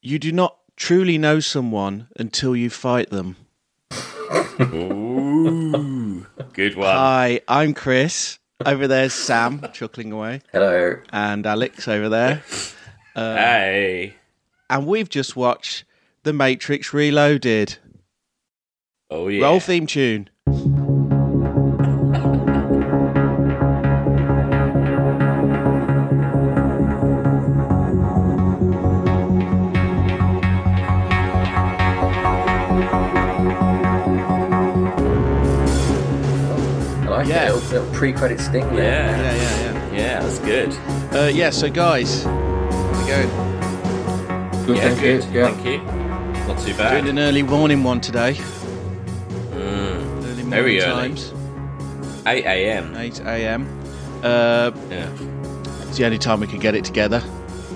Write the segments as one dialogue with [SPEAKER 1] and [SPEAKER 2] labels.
[SPEAKER 1] you do not truly know someone until you fight them.
[SPEAKER 2] Ooh, good one.
[SPEAKER 1] Hi, I'm Chris. Over there's Sam, chuckling away,
[SPEAKER 3] Hello.
[SPEAKER 1] and Alex over there.
[SPEAKER 2] hey.
[SPEAKER 1] And we've just watched The Matrix Reloaded.
[SPEAKER 2] Oh yeah.
[SPEAKER 1] Roll theme tune.
[SPEAKER 3] I like
[SPEAKER 1] Yeah.
[SPEAKER 3] it. Little, little pre-credit sting there.
[SPEAKER 2] yeah.
[SPEAKER 1] Yeah, yeah,
[SPEAKER 2] yeah, that's good.
[SPEAKER 1] yeah. Uh, yeah, so guys, how's it going?
[SPEAKER 3] Good,
[SPEAKER 2] yeah,
[SPEAKER 3] thank you,
[SPEAKER 2] good.
[SPEAKER 3] Yeah.
[SPEAKER 2] Thank you. Not too
[SPEAKER 1] Doing
[SPEAKER 2] bad.
[SPEAKER 1] an early morning one today. Early morning
[SPEAKER 2] Mm. Very early.
[SPEAKER 1] times,
[SPEAKER 2] 8 a.m.
[SPEAKER 1] 8 a.m. Uh,
[SPEAKER 2] Yeah.
[SPEAKER 1] It's the only time we could get it together,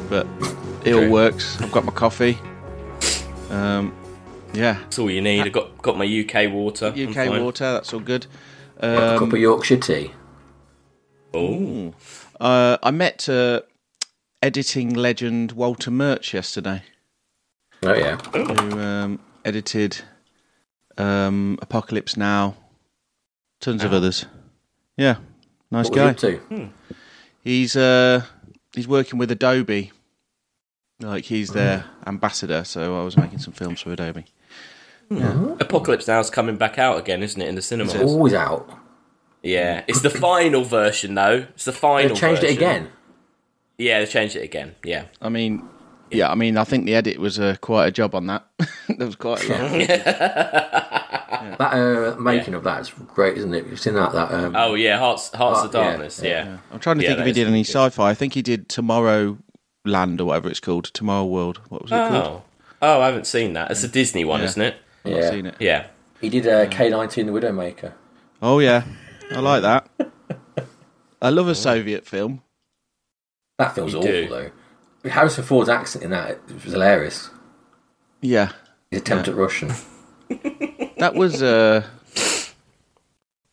[SPEAKER 1] but it all
[SPEAKER 2] True.
[SPEAKER 1] works. I've got my coffee. Um, yeah,
[SPEAKER 2] That's all you need. I got got my UK water. I'm
[SPEAKER 1] UK
[SPEAKER 2] fine.
[SPEAKER 1] water. That's all good.
[SPEAKER 3] a cup of Yorkshire tea.
[SPEAKER 2] Ooh.
[SPEAKER 1] Uh, I met uh, editing legend Walter Murch yesterday,
[SPEAKER 3] Oh yeah.
[SPEAKER 1] who um, edited um, Apocalypse Now, tons
[SPEAKER 2] Uh-huh.
[SPEAKER 1] of others. Yeah, nice
[SPEAKER 3] What were you
[SPEAKER 1] guy.
[SPEAKER 3] up to?
[SPEAKER 2] Hmm.
[SPEAKER 1] He's uh he's working with Adobe. Like
[SPEAKER 2] Oh.
[SPEAKER 1] he's their ambassador, so I was making some films for Adobe.
[SPEAKER 2] Apocalypse Now's coming back out again, isn't it, in the cinemas?
[SPEAKER 3] Always out.
[SPEAKER 2] Yeah. It's the final version though. It's the final
[SPEAKER 3] They changed it
[SPEAKER 2] version.
[SPEAKER 3] again.
[SPEAKER 2] Yeah, they changed it again. Yeah.
[SPEAKER 1] I mean, yeah, I mean, I think the edit was uh, quite a job on that. there was quite a lot.
[SPEAKER 3] That uh, making of that is great, isn't it? You've seen that. That um,
[SPEAKER 2] Oh yeah, Hearts Hearts
[SPEAKER 3] Oh,
[SPEAKER 2] of
[SPEAKER 3] yeah,
[SPEAKER 2] Darkness, yeah.
[SPEAKER 1] I'm trying to
[SPEAKER 2] Yeah,
[SPEAKER 1] think if
[SPEAKER 2] that
[SPEAKER 1] he
[SPEAKER 2] is
[SPEAKER 1] did
[SPEAKER 2] pretty
[SPEAKER 1] any
[SPEAKER 2] good.
[SPEAKER 1] sci-fi. I think he did Tomorrow Land or whatever it's called, Tomorrow World. What was it called?
[SPEAKER 2] Oh. Oh, I haven't seen that. It's a Disney one, isn't it?
[SPEAKER 1] I've not
[SPEAKER 3] yeah.
[SPEAKER 1] seen it.
[SPEAKER 2] Yeah.
[SPEAKER 3] He did uh, K19 the Widowmaker.
[SPEAKER 1] Oh yeah, I like that. I love a Soviet film.
[SPEAKER 3] That film's
[SPEAKER 2] You
[SPEAKER 3] awful
[SPEAKER 2] do.
[SPEAKER 3] though. Harrison Ford's accent in that it was hilarious.
[SPEAKER 1] Yeah,
[SPEAKER 3] His attempt at Russian.
[SPEAKER 1] that was uh,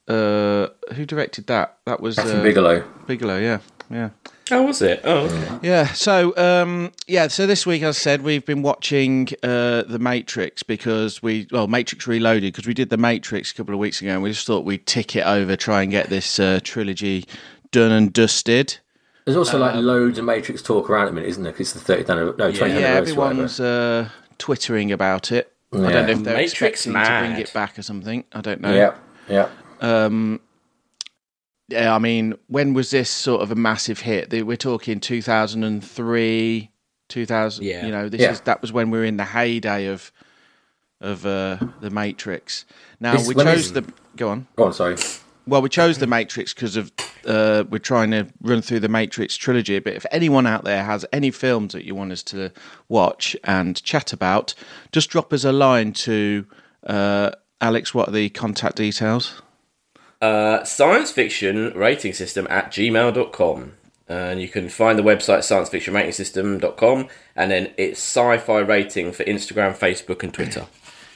[SPEAKER 1] uh, who directed that? That was
[SPEAKER 3] Captain
[SPEAKER 1] uh,
[SPEAKER 3] Bigelow.
[SPEAKER 1] Bigelow. Yeah, yeah.
[SPEAKER 2] How was it? Oh, okay.
[SPEAKER 1] Yeah. So um, yeah. So this week, as I said, we've been watching uh, the Matrix because we well Matrix Reloaded because we did the Matrix a couple of weeks ago and we just thought we'd tick it over, try and get this uh, trilogy done and dusted.
[SPEAKER 3] There's also like
[SPEAKER 2] um,
[SPEAKER 3] loads of Matrix talk around at the minute, isn't there? 'Cause it's the 30th anniversary, no, 20th
[SPEAKER 1] Yeah,
[SPEAKER 3] anniversary. whatever.
[SPEAKER 1] everyone's uh, twittering about it. I
[SPEAKER 3] Yeah.
[SPEAKER 1] don't know if they're
[SPEAKER 2] Matrix
[SPEAKER 1] expecting to
[SPEAKER 2] mad.
[SPEAKER 1] bring it back or something. I don't
[SPEAKER 2] uh,
[SPEAKER 1] know.
[SPEAKER 3] Yeah, yeah.
[SPEAKER 1] Um, Yeah, I mean, when was this sort of a massive hit? They- We're talking 2003, 2000.
[SPEAKER 2] Yeah.
[SPEAKER 1] You know, this
[SPEAKER 3] Yeah.
[SPEAKER 1] is that was when we were in the heyday of of uh, the Matrix. Now
[SPEAKER 3] This-
[SPEAKER 1] we
[SPEAKER 3] when
[SPEAKER 1] chose
[SPEAKER 3] is-
[SPEAKER 1] the go on.
[SPEAKER 3] Go on, sorry.
[SPEAKER 1] Well, we chose the Matrix because of uh, we're trying to run through the Matrix trilogy. But if anyone out there has any films that you want us to watch and chat about, just drop us a line to uh, Alex. What are the contact details?
[SPEAKER 2] Uh, science fiction rating system at gmail.com. And you can find the website sciencefictionratingsystem.com and then it's sci fi rating for Instagram, Facebook, and Twitter.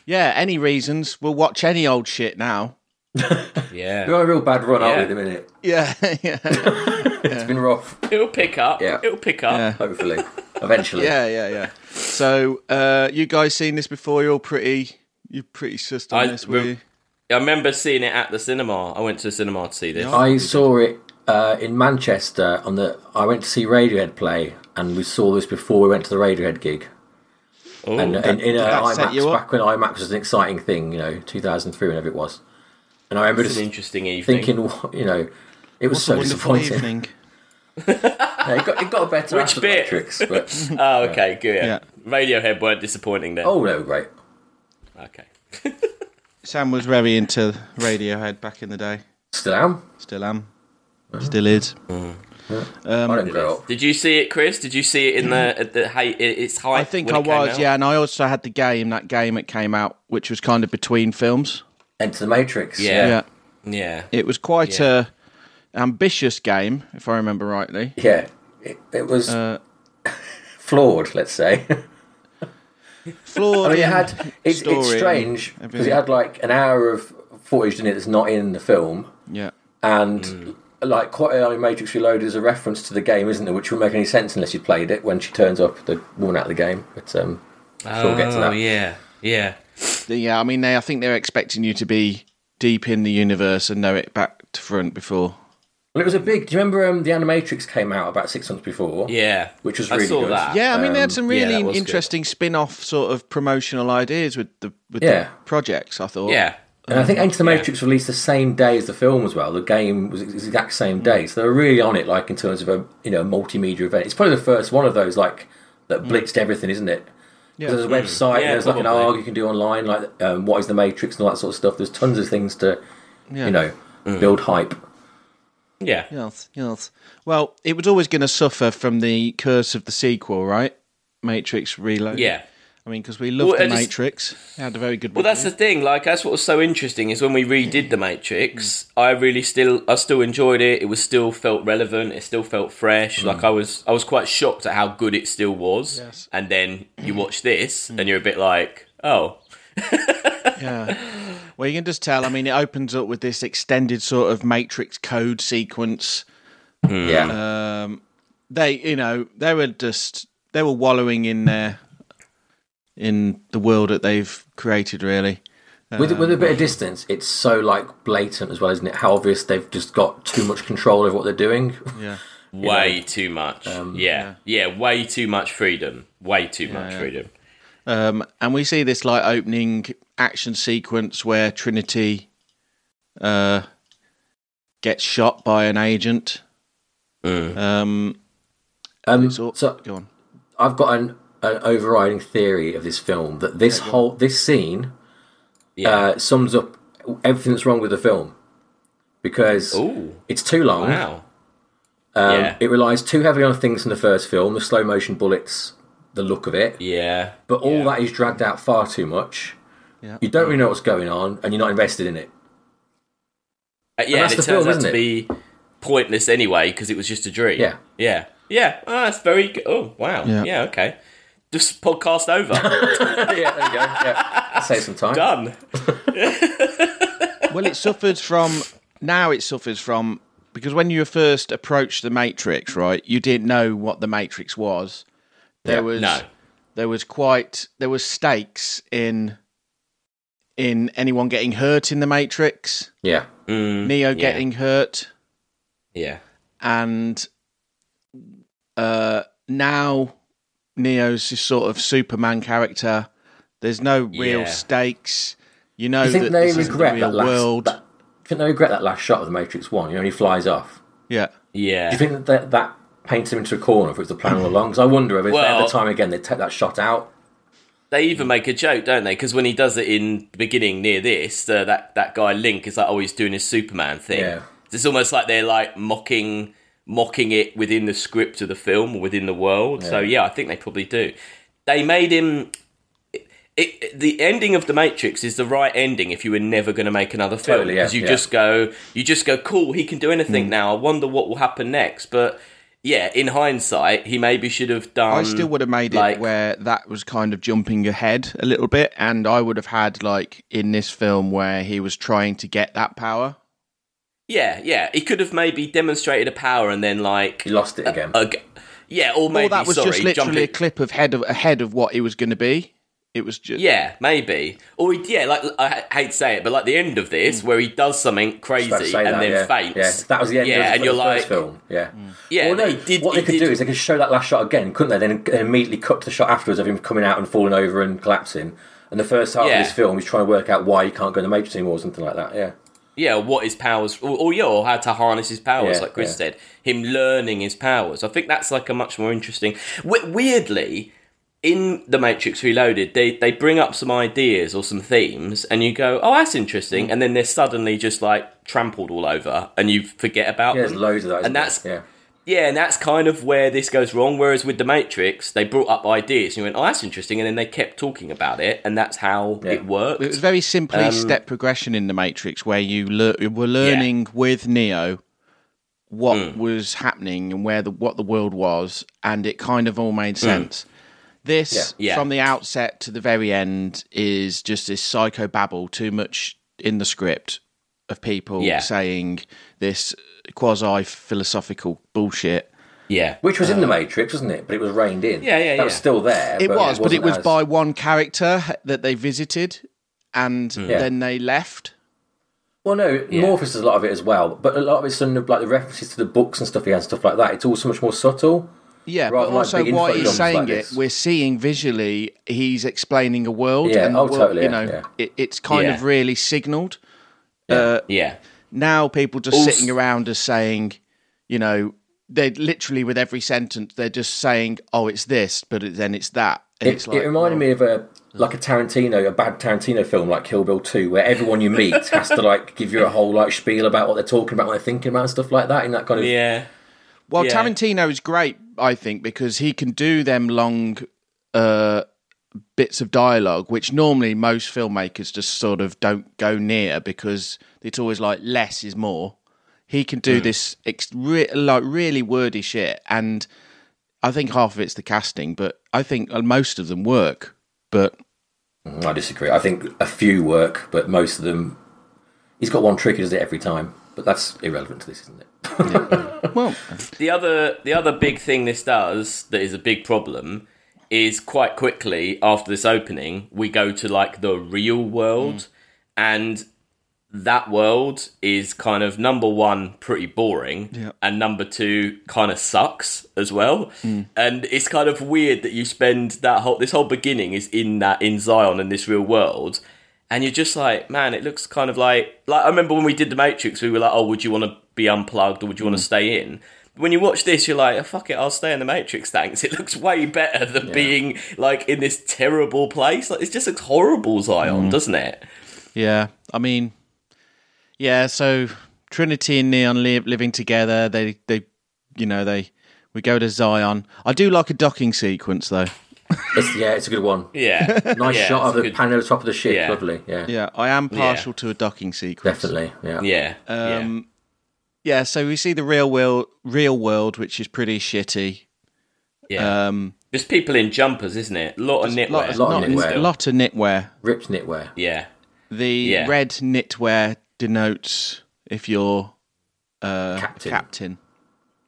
[SPEAKER 1] Yeah, any reasons? We'll watch any old shit now.
[SPEAKER 3] We're
[SPEAKER 2] Yeah.
[SPEAKER 3] on a real bad run, aren't we,
[SPEAKER 2] Yeah.
[SPEAKER 3] at the minute?
[SPEAKER 1] Yeah, yeah, yeah,
[SPEAKER 3] It's been rough,
[SPEAKER 2] It'll pick up.
[SPEAKER 3] Yeah.
[SPEAKER 2] It'll pick up.
[SPEAKER 3] hopefully. Eventually.
[SPEAKER 1] yeah, yeah. So, uh, you guys seen this before? You're all pretty, you're pretty sus on
[SPEAKER 2] I-
[SPEAKER 1] this, were you?
[SPEAKER 2] I remember seeing it at the cinema. I went to the cinema to see this.
[SPEAKER 3] I saw it uh, in Manchester on the. I went to see Radiohead play, and we saw this before we went to the Radiohead gig.
[SPEAKER 2] Ooh.
[SPEAKER 3] And in, in uh,
[SPEAKER 1] that set
[SPEAKER 3] IMAX,
[SPEAKER 1] you up?
[SPEAKER 3] back when IMAX was an exciting thing, you know, 2003, whenever it was. And I remember
[SPEAKER 2] It's an
[SPEAKER 3] just
[SPEAKER 2] interesting evening.
[SPEAKER 3] thinking, what- you know, it was
[SPEAKER 1] It's
[SPEAKER 3] so disappointing. Yeah, it, got, it got better
[SPEAKER 2] Which
[SPEAKER 3] after
[SPEAKER 2] bit?
[SPEAKER 3] the Matrix, but
[SPEAKER 2] oh, okay, good.
[SPEAKER 1] Yeah.
[SPEAKER 2] Radiohead weren't disappointing then.
[SPEAKER 3] oh no, great.
[SPEAKER 2] Okay.
[SPEAKER 1] Sam was very into Radiohead back in the day.
[SPEAKER 3] Still am.
[SPEAKER 1] Still am. Still is. Um,
[SPEAKER 3] I don't grow up.
[SPEAKER 2] Did you see it, Chris? Did you see it in the at the hey, it's high?
[SPEAKER 1] I think I was, yeah. And I also had the game, that game that came out, which was kind of between films.
[SPEAKER 3] Enter the Matrix.
[SPEAKER 2] Yeah.
[SPEAKER 1] Yeah.
[SPEAKER 2] Yeah.
[SPEAKER 1] It was quite a ambitious game, if I remember rightly.
[SPEAKER 3] Yeah, it, it was
[SPEAKER 1] Uh,
[SPEAKER 3] flawed, let's say.
[SPEAKER 1] Flawed.
[SPEAKER 3] I mean, it
[SPEAKER 1] in-
[SPEAKER 3] Oh, had it's,
[SPEAKER 1] story
[SPEAKER 3] it's
[SPEAKER 1] and
[SPEAKER 3] strange because
[SPEAKER 1] everything.
[SPEAKER 3] it had like an hour of footage in it that's not in the film,
[SPEAKER 1] Yeah.
[SPEAKER 3] and like quite early Matrix Reloaded is a reference to the game, isn't there? Which wouldn't make any sense unless you played it when she turns up the woman out of the game. But um, I'm sure we'll get to that.
[SPEAKER 2] Oh, yeah, yeah.
[SPEAKER 1] Yeah, I mean, they, I think they're expecting you to be deep in the universe and know it back to front before.
[SPEAKER 3] Well, it was a big. Do you remember um, the Animatrix came out about six months before?
[SPEAKER 2] Yeah,
[SPEAKER 3] Which was
[SPEAKER 2] I
[SPEAKER 3] really
[SPEAKER 2] saw
[SPEAKER 3] good.
[SPEAKER 2] that.
[SPEAKER 1] Um, Yeah, I mean, they had some
[SPEAKER 2] yeah,
[SPEAKER 1] really
[SPEAKER 2] that was good.
[SPEAKER 1] interesting spin-off sort of promotional ideas with the with
[SPEAKER 3] Yeah.
[SPEAKER 1] the projects. I thought,
[SPEAKER 2] yeah,
[SPEAKER 3] And I think Enter the Matrix released the same day as the film as well. The game was the exact same
[SPEAKER 2] Mm.
[SPEAKER 3] day, so they were really on it, like in terms of a you know multimedia event. It's probably the first one of those like that blitzed everything, isn't it? 'Cause There's a website.
[SPEAKER 2] Mm. Yeah,
[SPEAKER 3] and there's like an
[SPEAKER 2] probably.
[SPEAKER 3] arg you can do online, like um, what is the Matrix and all that sort of stuff. There's tons of things to you know build hype.
[SPEAKER 2] yeah, yeah.
[SPEAKER 1] Yes, yes. Well, it was always going to suffer from the curse of the sequel, right? Matrix Reload. I mean, because we loved
[SPEAKER 2] Well,
[SPEAKER 1] the
[SPEAKER 2] I just-
[SPEAKER 1] Matrix. It had a very good.
[SPEAKER 2] Well, that's the thing. Like, that's what was so interesting is when we redid the Matrix. I really still, I still enjoyed it. It was still felt relevant. It still felt
[SPEAKER 3] Mm.
[SPEAKER 2] fresh. Like, I was, I was quite shocked at how good it still was.
[SPEAKER 1] Yes.
[SPEAKER 2] And then you watch this,
[SPEAKER 3] Mm.
[SPEAKER 2] and you're a bit like, oh,
[SPEAKER 1] yeah. Well, you can just tell. I mean, it opens up with this extended sort of Matrix code sequence.
[SPEAKER 3] Yeah,
[SPEAKER 2] Uh,
[SPEAKER 1] They, you know, they were just they were wallowing in their in the world that they've created. Really,
[SPEAKER 3] with with a bit of distance, it's so like blatant as well, isn't it? How obvious they've just got too much control over what they're doing.
[SPEAKER 1] yeah.
[SPEAKER 2] way too much.
[SPEAKER 3] um,
[SPEAKER 2] yeah. yeah, way too much freedom. Way too much freedom.
[SPEAKER 1] Um, and we see this like opening action sequence where Trinity uh, gets shot by an agent.
[SPEAKER 3] Uh,
[SPEAKER 2] Mm.
[SPEAKER 1] Um,
[SPEAKER 3] Um,
[SPEAKER 1] so,
[SPEAKER 3] so
[SPEAKER 1] go on.
[SPEAKER 3] I've got an, an overriding theory of this film that this whole this scene
[SPEAKER 2] Yeah.
[SPEAKER 3] uh, sums up everything that's wrong with the film because
[SPEAKER 2] Ooh.
[SPEAKER 3] it's too long.
[SPEAKER 2] Wow.
[SPEAKER 3] Um,
[SPEAKER 2] yeah.
[SPEAKER 3] It relies too heavily on things from the first film, the slow motion bullets, the look of it,
[SPEAKER 2] yeah.
[SPEAKER 3] but all that is dragged out far too much.
[SPEAKER 1] Yeah.
[SPEAKER 3] You don't really know what's going on, and you're not invested in it.
[SPEAKER 2] Uh, yeah, and
[SPEAKER 3] that's
[SPEAKER 2] it
[SPEAKER 3] the
[SPEAKER 2] turns
[SPEAKER 3] film,
[SPEAKER 2] out
[SPEAKER 3] isn't
[SPEAKER 2] to
[SPEAKER 3] it?
[SPEAKER 2] be pointless anyway because it was just a dream.
[SPEAKER 3] Yeah.
[SPEAKER 2] Yeah. Yeah. Oh, that's very good. Oh, wow.
[SPEAKER 1] Yeah.
[SPEAKER 2] Yeah. okay. Just podcast over.
[SPEAKER 3] yeah, there you go. Yeah. Save some time.
[SPEAKER 2] Done.
[SPEAKER 1] Well, it suffers from now. It suffers from because when you first approached the Matrix, right, you didn't know what the Matrix was. There was
[SPEAKER 2] no.
[SPEAKER 1] there was quite there was stakes in in anyone getting hurt in the Matrix,
[SPEAKER 3] Yeah.
[SPEAKER 1] Neo getting hurt.
[SPEAKER 2] Mm, Yeah.
[SPEAKER 1] and uh, now Neo's this sort of Superman character. There's no real
[SPEAKER 2] Yeah.
[SPEAKER 1] stakes. You know
[SPEAKER 3] I think
[SPEAKER 1] that
[SPEAKER 3] they
[SPEAKER 1] this isn't the
[SPEAKER 3] regret
[SPEAKER 1] real
[SPEAKER 3] that last.
[SPEAKER 1] world.
[SPEAKER 3] That, I think they regret that last shot of the Matrix One. You know, when he flies off.
[SPEAKER 1] Yeah,
[SPEAKER 2] Yeah.
[SPEAKER 3] Do you think that that, that paints him into a corner if it was the plan all along? Because I wonder if if at
[SPEAKER 2] Well-
[SPEAKER 3] the time again they take that shot out.
[SPEAKER 2] they
[SPEAKER 3] Hmm.
[SPEAKER 2] even make a joke, don't they? Because when he does it in the beginning near this, uh, that, that guy Link is like, oh, he's doing his Superman thing.
[SPEAKER 3] Yeah.
[SPEAKER 2] It's almost like they're like mocking mocking it within the script of the film or within the world. So yeah, I think they probably do. They made him. It, it, the ending of the Matrix is the right ending if you were never going to make another film
[SPEAKER 3] Totally, yeah,
[SPEAKER 2] you
[SPEAKER 3] yeah. Hmm.
[SPEAKER 2] just go, you just go, cool. He can do anything now. I wonder what will happen next. But yeah, in hindsight, he maybe should have done.
[SPEAKER 1] I still would have made it
[SPEAKER 2] like-
[SPEAKER 1] where that was kind of jumping ahead a little bit, and I would have had like in this film where he was trying to get that power.
[SPEAKER 2] Yeah, yeah. He could have maybe demonstrated a power and then like
[SPEAKER 3] He lost it again.
[SPEAKER 2] a g- yeah, or maybe
[SPEAKER 1] or that was
[SPEAKER 2] sorry,
[SPEAKER 1] just literally
[SPEAKER 2] jumping-
[SPEAKER 1] a clip of head of ahead of what he was going to be. It was just
[SPEAKER 2] Yeah, maybe. Or he, yeah, like I h- hate to say it, but like the end of
[SPEAKER 1] Mm.
[SPEAKER 2] this where he does something crazy
[SPEAKER 3] About
[SPEAKER 2] and
[SPEAKER 3] to say that,
[SPEAKER 2] then
[SPEAKER 3] yeah.
[SPEAKER 2] faints.
[SPEAKER 3] Yeah, that was the end.
[SPEAKER 2] Yeah,
[SPEAKER 3] of the,
[SPEAKER 2] and you're
[SPEAKER 3] the
[SPEAKER 2] like, Mm.
[SPEAKER 3] first film. Yeah.
[SPEAKER 2] yeah,
[SPEAKER 3] Well, no,
[SPEAKER 2] he did.
[SPEAKER 3] what
[SPEAKER 2] he
[SPEAKER 3] they could
[SPEAKER 2] did-
[SPEAKER 3] do is they could show that last shot again, couldn't they? Then then immediately cut to the shot afterwards of him coming out and falling over and collapsing. And the first half
[SPEAKER 2] Yeah.
[SPEAKER 3] of this film, he's trying to work out why he can't go in the Matrix anymore or something like that. Yeah.
[SPEAKER 2] yeah, what his powers, or, or yeah, or how to harness his powers,
[SPEAKER 3] Yeah,
[SPEAKER 2] like Chris
[SPEAKER 3] yeah.
[SPEAKER 2] said, him learning his powers. I think that's like a much more interesting. We- weirdly, in The Matrix Reloaded, they they bring up some ideas or some themes, and you go, "Oh, that's
[SPEAKER 3] Mm.
[SPEAKER 2] interesting," and then they're suddenly just like trampled all over, and you forget about
[SPEAKER 3] Yeah, there's
[SPEAKER 2] them.
[SPEAKER 3] loads of that. isn't
[SPEAKER 2] Mm. and that's
[SPEAKER 3] there?
[SPEAKER 2] yeah, and that's kind of where this goes wrong. Whereas with The Matrix, they brought up ideas, and you went, "Oh, that's interesting," and then they kept talking about it, and that's how it worked.
[SPEAKER 1] It was very simply step progression in the Matrix, where you lear- you were learning with Neo what was happening and where the what the world was, and it kind of all made sense. This
[SPEAKER 2] Yeah.
[SPEAKER 1] from the outset to the very end is just this psycho babble, too much in the script, of people
[SPEAKER 2] Yeah.
[SPEAKER 1] saying this quasi philosophical bullshit.
[SPEAKER 2] Yeah.
[SPEAKER 3] Which was in the Matrix, wasn't it? But it was reined in.
[SPEAKER 2] Uh, Yeah, yeah,
[SPEAKER 3] That was
[SPEAKER 2] yeah.
[SPEAKER 3] still there.
[SPEAKER 1] It was, but it
[SPEAKER 3] wasn't
[SPEAKER 1] was
[SPEAKER 3] as-
[SPEAKER 1] by one character that they visited, and
[SPEAKER 3] Yeah.
[SPEAKER 1] then they left.
[SPEAKER 3] Well, no, Morpheus does a lot of it as well, but a lot of it's sort of like the references to the books and stuff he has, stuff like that. It's all so much more subtle.
[SPEAKER 1] Yeah,
[SPEAKER 3] Rather
[SPEAKER 1] but
[SPEAKER 3] than, like,
[SPEAKER 1] also
[SPEAKER 3] big
[SPEAKER 1] while
[SPEAKER 3] info
[SPEAKER 1] he's
[SPEAKER 3] dumps like
[SPEAKER 1] saying it,
[SPEAKER 3] this.
[SPEAKER 1] we're seeing visually he's explaining a world,
[SPEAKER 3] Yeah,
[SPEAKER 1] and the
[SPEAKER 3] oh,
[SPEAKER 1] world,
[SPEAKER 3] totally,
[SPEAKER 1] you
[SPEAKER 3] yeah,
[SPEAKER 1] know,
[SPEAKER 3] yeah.
[SPEAKER 1] It, it's kind
[SPEAKER 2] Yeah.
[SPEAKER 1] of really signalled.
[SPEAKER 2] Yeah.
[SPEAKER 1] Now people just
[SPEAKER 2] Also-
[SPEAKER 1] sitting around us saying, you know, they literally with every sentence they're just saying, oh, it's this, but it- then it's that, and
[SPEAKER 3] It,
[SPEAKER 1] it's like
[SPEAKER 3] it reminded me of a like a Tarantino, a bad Tarantino film like Kill Bill Two, where everyone you meet has to like give you a whole like spiel about what they're talking about, what they're thinking about, and stuff like that. In that kind of
[SPEAKER 2] Yeah.
[SPEAKER 1] Well,
[SPEAKER 2] Yeah.
[SPEAKER 1] Tarantino is great, I think, because he can do them long uh, bits of dialogue, which normally most filmmakers just sort of don't go near because it's always like less is more. He can do this ex- re- like really wordy shit, and I think half of it's the casting, but I think uh, most of them work. But
[SPEAKER 3] I disagree. I think a few work, but most of them. He's got one trick, he does it every time, but that's irrelevant to this, isn't it?
[SPEAKER 1] well,
[SPEAKER 2] The other the other big thing this does that is a big problem is quite quickly after this opening we go to like the real world and that world is kind of number one pretty boring and number two kind of sucks as well and it's kind of weird that you spend that whole this whole beginning is in that in zion and this real world and you're just like man it looks kind of like like i remember when we did the matrix we were like oh would you want to be unplugged or would you want to stay in when you watch this, you're like, oh, fuck it, I'll stay in the Matrix, thanks. It looks way better than being like in this terrible place. Like, it just looks horrible, Zion, doesn't it?
[SPEAKER 1] yeah, I mean, yeah. So Trinity and Neon live, living together. They, they, you know, they. We go to Zion. I do like a docking sequence though.
[SPEAKER 3] It's, yeah, it's a good one.
[SPEAKER 2] Yeah.
[SPEAKER 3] Nice
[SPEAKER 2] Yeah,
[SPEAKER 3] shot
[SPEAKER 2] it's
[SPEAKER 3] of the
[SPEAKER 2] good.
[SPEAKER 3] panel over the top of the ship.
[SPEAKER 2] Yeah.
[SPEAKER 3] Lovely. Yeah.
[SPEAKER 1] Yeah, I am partial to a docking sequence.
[SPEAKER 3] Definitely. Yeah.
[SPEAKER 2] Yeah.
[SPEAKER 1] Um, Yeah, so we see the real world, real world, which is pretty shitty.
[SPEAKER 2] yeah. yeah.
[SPEAKER 1] Um,
[SPEAKER 2] There's people in jumpers, isn't it? A lot of knitwear.
[SPEAKER 1] lot,
[SPEAKER 3] Lot of
[SPEAKER 1] not-
[SPEAKER 3] knitwear.
[SPEAKER 1] lot of knitwear.
[SPEAKER 3] Ripped knitwear.
[SPEAKER 2] yeah.
[SPEAKER 1] The
[SPEAKER 2] Yeah.
[SPEAKER 1] red knitwear denotes if you're
[SPEAKER 3] Captain.
[SPEAKER 1] captain.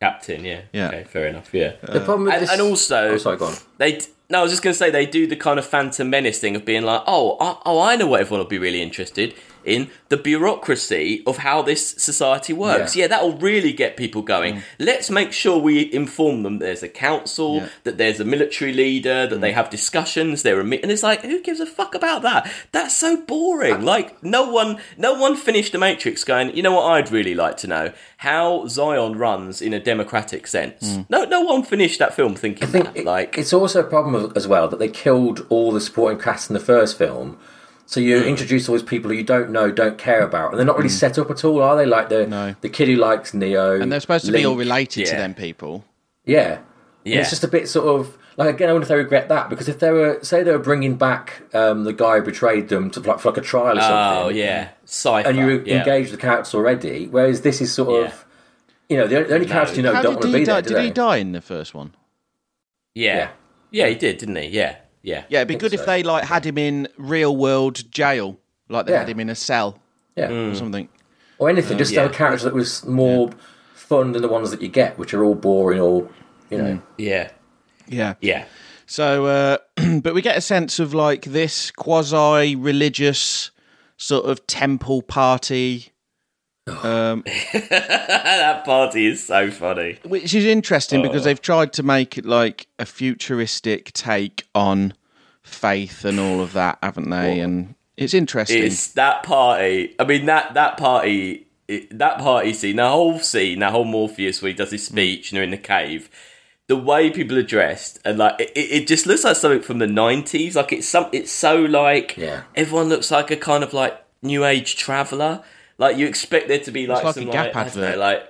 [SPEAKER 2] Captain, yeah.
[SPEAKER 1] Yeah.
[SPEAKER 2] Okay, fair enough. Yeah.
[SPEAKER 3] the problem with
[SPEAKER 2] and,
[SPEAKER 3] Uh, this.
[SPEAKER 2] and also,
[SPEAKER 3] Oh, sorry, go on.
[SPEAKER 2] they no, I was just going to say they do the kind of Phantom Menace thing of being like, oh, I, oh, I know what everyone will be really interested in the bureaucracy of how this society works.
[SPEAKER 3] Yeah.
[SPEAKER 2] Yeah, that'll really get people going. Let's make sure we inform them there's a council, that there's a military leader, that they have discussions. There are me- and it's like, who gives a fuck about that? That's so boring. like no one, no one finished the Matrix going. You know what? I'd really like to know how Zion runs in a democratic sense. No, no one finished that film thinking
[SPEAKER 3] I think
[SPEAKER 2] that.
[SPEAKER 3] it-
[SPEAKER 2] like.
[SPEAKER 3] it's also a problem as well that they killed all the supporting cast in the first film. So you
[SPEAKER 1] Hmm.
[SPEAKER 3] introduce all these people who you don't know, don't care about, and they're not really set up at all, are they? Like the the kid who likes Neo,
[SPEAKER 1] And they're supposed to be all related to
[SPEAKER 2] Yeah.
[SPEAKER 1] them people.
[SPEAKER 3] Yeah, And
[SPEAKER 2] Yeah.
[SPEAKER 3] it's just a bit sort of like again, I wonder if they regret that because if they were say they were bringing back um, the guy who betrayed them to like, for like a trial or something,
[SPEAKER 2] Oh yeah, Cypher.
[SPEAKER 3] and you
[SPEAKER 2] yeah.
[SPEAKER 3] engage the characters already, whereas this is sort
[SPEAKER 2] Yeah.
[SPEAKER 3] of you know the, the only characters you know
[SPEAKER 1] How
[SPEAKER 3] don't
[SPEAKER 1] did
[SPEAKER 3] want to
[SPEAKER 1] he
[SPEAKER 3] be
[SPEAKER 1] die?
[SPEAKER 3] there. do
[SPEAKER 1] did he
[SPEAKER 3] they?
[SPEAKER 1] die in the first one?
[SPEAKER 2] Yeah.
[SPEAKER 3] Yeah.
[SPEAKER 2] yeah, he did, didn't he? Yeah, yeah,
[SPEAKER 1] Yeah, it'd be good if
[SPEAKER 3] so.
[SPEAKER 1] they like had him in real world jail, like they
[SPEAKER 3] Yeah.
[SPEAKER 1] had him in a cell
[SPEAKER 3] Yeah.
[SPEAKER 2] Mm.
[SPEAKER 1] or something.
[SPEAKER 3] or anything. just
[SPEAKER 2] Um, yeah.
[SPEAKER 3] have a character that was more fun than the ones that you get, which are all boring or you know.
[SPEAKER 2] Mm. yeah,
[SPEAKER 1] Yeah,
[SPEAKER 2] yeah,
[SPEAKER 1] So, uh, but we get a sense of like this quasi religious sort of temple party,
[SPEAKER 2] That party is so funny.
[SPEAKER 1] which is interesting
[SPEAKER 2] Oh.
[SPEAKER 1] because they've tried to make it like a futuristic take on faith and all of that, haven't they? And it's interesting.
[SPEAKER 2] It's that party. I mean that that party. It, that party scene, that whole scene, that whole Morpheus where he does his
[SPEAKER 1] Mm.
[SPEAKER 2] speech and they're in the cave. The way people are dressed and like it, it it just looks like something from the nineties. Like it's some, it's so like
[SPEAKER 3] Yeah.
[SPEAKER 2] everyone looks like a kind of like new age traveler. Like you expect there to be like
[SPEAKER 1] like
[SPEAKER 2] some
[SPEAKER 1] a Gap
[SPEAKER 2] like, I don't know,
[SPEAKER 1] advert.
[SPEAKER 2] like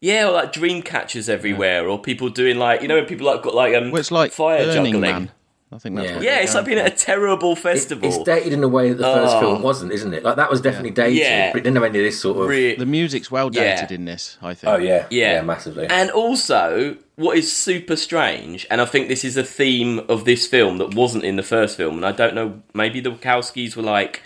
[SPEAKER 2] yeah, or like dream catchers everywhere, or people doing like you know when people like got like um
[SPEAKER 1] Well, it's like
[SPEAKER 2] fire
[SPEAKER 1] Burning
[SPEAKER 2] juggling.
[SPEAKER 1] Man. I think that's
[SPEAKER 3] Yeah.
[SPEAKER 1] what
[SPEAKER 2] Yeah,
[SPEAKER 1] they're
[SPEAKER 2] it's like
[SPEAKER 1] going
[SPEAKER 2] being at a terrible festival.
[SPEAKER 3] It's dated in a way that the first
[SPEAKER 2] Oh.
[SPEAKER 3] film wasn't, isn't it? Like that was definitely dated,
[SPEAKER 2] Yeah.
[SPEAKER 3] but it didn't have any of this sort of.
[SPEAKER 2] Re-
[SPEAKER 1] for. the music's well
[SPEAKER 2] Yeah.
[SPEAKER 1] dated in this. I think.
[SPEAKER 3] Oh yeah,
[SPEAKER 2] Yeah.
[SPEAKER 3] massively.
[SPEAKER 2] And also, what is super strange, and I think this is a theme of this film that wasn't in the first film, and I don't know, maybe the Wachowskis were like,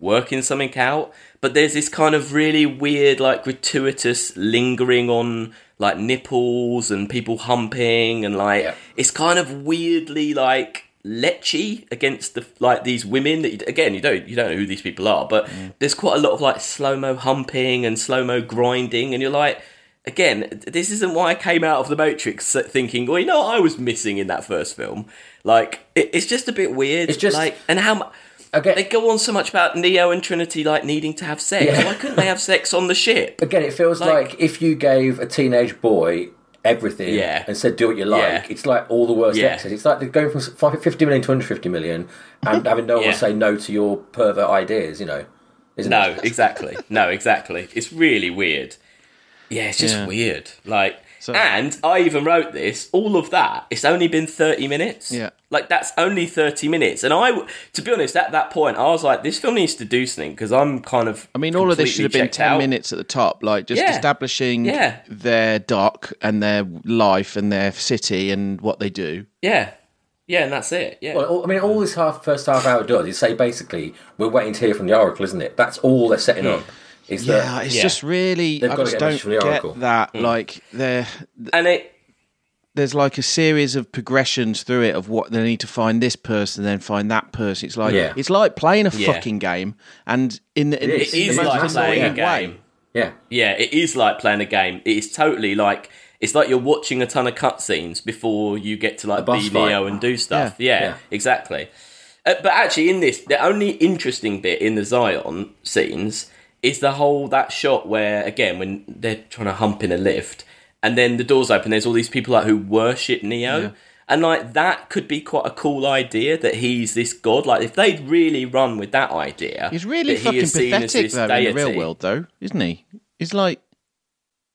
[SPEAKER 2] working something out. But there's this kind of really weird, like gratuitous lingering on like nipples and people humping and like
[SPEAKER 3] Yeah.
[SPEAKER 2] it's kind of weirdly like lechy against the like these women that you, again you don't you don't know who these people are but there's quite a lot of like slow-mo humping and slow-mo grinding and you're like again this isn't why i came out of the matrix thinking well you know what i was missing in that first film like it, it's just a bit weird
[SPEAKER 3] It's just-
[SPEAKER 2] like and how mu-
[SPEAKER 3] Again-
[SPEAKER 2] they go on so much about neo and trinity like needing to have sex
[SPEAKER 3] Yeah.
[SPEAKER 2] why couldn't they have sex on the ship
[SPEAKER 3] Again, it feels
[SPEAKER 2] Like-
[SPEAKER 3] like, if you gave a teenage boy everything
[SPEAKER 2] Yeah.
[SPEAKER 3] and said, do what you like,
[SPEAKER 2] Yeah.
[SPEAKER 3] it's like all the worst
[SPEAKER 2] Yeah.
[SPEAKER 3] exes. It's like going from fi- 50 million to 150 million and having no
[SPEAKER 2] Yeah.
[SPEAKER 3] one say no to your pervert ideas, you know. Isn't
[SPEAKER 2] No,
[SPEAKER 3] it?
[SPEAKER 2] exactly. No, exactly. It's really weird. Yeah, it's just
[SPEAKER 1] Yeah.
[SPEAKER 2] weird. Like, and I even wrote this. All of that. It's only been thirty minutes.
[SPEAKER 1] Yeah.
[SPEAKER 2] Like that's only thirty minutes. And I, w- to be honest, at that point, I was like, this film needs to do something because I'm kind of.
[SPEAKER 1] I mean, all of this should have been 10
[SPEAKER 2] out.
[SPEAKER 1] minutes at the top, like just
[SPEAKER 2] Yeah.
[SPEAKER 1] establishing
[SPEAKER 2] Yeah.
[SPEAKER 1] their dock and their life and their city and what they do.
[SPEAKER 2] Yeah, yeah, and that's it. Yeah.
[SPEAKER 3] Well, all- I mean, all this half first half hour does is say basically, we're waiting to hear from the Oracle, isn't it? That's all they're setting up. Is
[SPEAKER 1] Yeah,
[SPEAKER 3] that
[SPEAKER 1] it's
[SPEAKER 2] Yeah.
[SPEAKER 1] just really.
[SPEAKER 3] They've
[SPEAKER 1] I
[SPEAKER 3] gotta
[SPEAKER 1] just
[SPEAKER 3] get
[SPEAKER 1] don't
[SPEAKER 3] this from the Oracle.
[SPEAKER 1] get that.
[SPEAKER 2] Mm.
[SPEAKER 1] Like, there,
[SPEAKER 2] and it.
[SPEAKER 1] there's like a series of progressions through it of what they need to find this person, then find that person. It's like
[SPEAKER 3] Yeah.
[SPEAKER 1] it's like playing a
[SPEAKER 2] Yeah.
[SPEAKER 1] fucking game, and in the, in,
[SPEAKER 3] It is.
[SPEAKER 1] in
[SPEAKER 2] It
[SPEAKER 1] the
[SPEAKER 2] is
[SPEAKER 1] most
[SPEAKER 2] like playing a
[SPEAKER 1] annoying
[SPEAKER 2] game.
[SPEAKER 1] way.
[SPEAKER 3] yeah,
[SPEAKER 2] Yeah, it is like playing a game. It is totally like it's like you're watching a ton of cutscenes before you get to like
[SPEAKER 3] boss
[SPEAKER 2] be
[SPEAKER 3] fight.
[SPEAKER 2] Neo and do stuff.
[SPEAKER 1] Yeah.
[SPEAKER 2] Yeah,
[SPEAKER 3] Yeah.
[SPEAKER 2] exactly. Uh, but actually, in this, the only interesting bit in the Zion scenes is the whole that shot where again when they're trying to hump in a lift, and then the doors open. There's all these people like who worship Neo. And like that could be quite a cool idea that he's this god. Like if they'd really run with that idea,
[SPEAKER 1] He's really
[SPEAKER 2] that he
[SPEAKER 1] fucking
[SPEAKER 2] is seen as
[SPEAKER 1] pathetic
[SPEAKER 2] this
[SPEAKER 1] though in the real
[SPEAKER 2] deity.
[SPEAKER 1] world, though, isn't he? He's like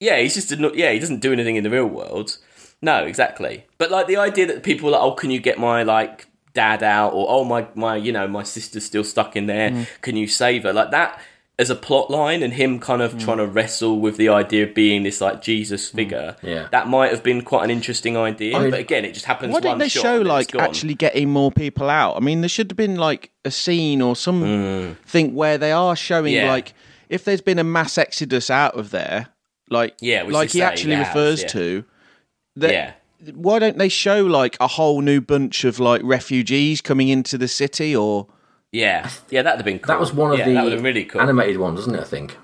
[SPEAKER 2] Yeah, he's just a, no- yeah, he doesn't do anything in the real world. No, exactly. But like the idea that people are like, oh, can you get my like dad out, or oh my my you know my sister's still stuck in there,
[SPEAKER 3] Mm.
[SPEAKER 2] can you save her? Like that as a plot line, and him kind of
[SPEAKER 3] Mm.
[SPEAKER 2] trying to wrestle with the idea of being this like Jesus figure.
[SPEAKER 3] Yeah.
[SPEAKER 2] that might have been quite an interesting idea.
[SPEAKER 3] mean-
[SPEAKER 2] but again, it just happens.
[SPEAKER 1] why
[SPEAKER 2] one
[SPEAKER 1] didn't they
[SPEAKER 2] shot
[SPEAKER 1] show
[SPEAKER 2] and then
[SPEAKER 1] like
[SPEAKER 2] it's gone.
[SPEAKER 1] actually getting more people out? I mean, there should have been like a scene or something where they are showing
[SPEAKER 2] Mm. Yeah.
[SPEAKER 1] like if there's been a mass exodus out of there, like
[SPEAKER 2] Yeah, which
[SPEAKER 1] like he
[SPEAKER 2] they say
[SPEAKER 1] actually
[SPEAKER 2] there has,
[SPEAKER 1] refers
[SPEAKER 2] yeah.
[SPEAKER 1] to. That,
[SPEAKER 2] Yeah.
[SPEAKER 1] Why don't they show like a whole new bunch of like refugees coming into the city? Or
[SPEAKER 2] yeah, yeah, that'd have been cool.
[SPEAKER 3] that was one of
[SPEAKER 2] Yeah,
[SPEAKER 3] the
[SPEAKER 2] that would have been really cool.
[SPEAKER 3] animated ones, wasn't it? I think.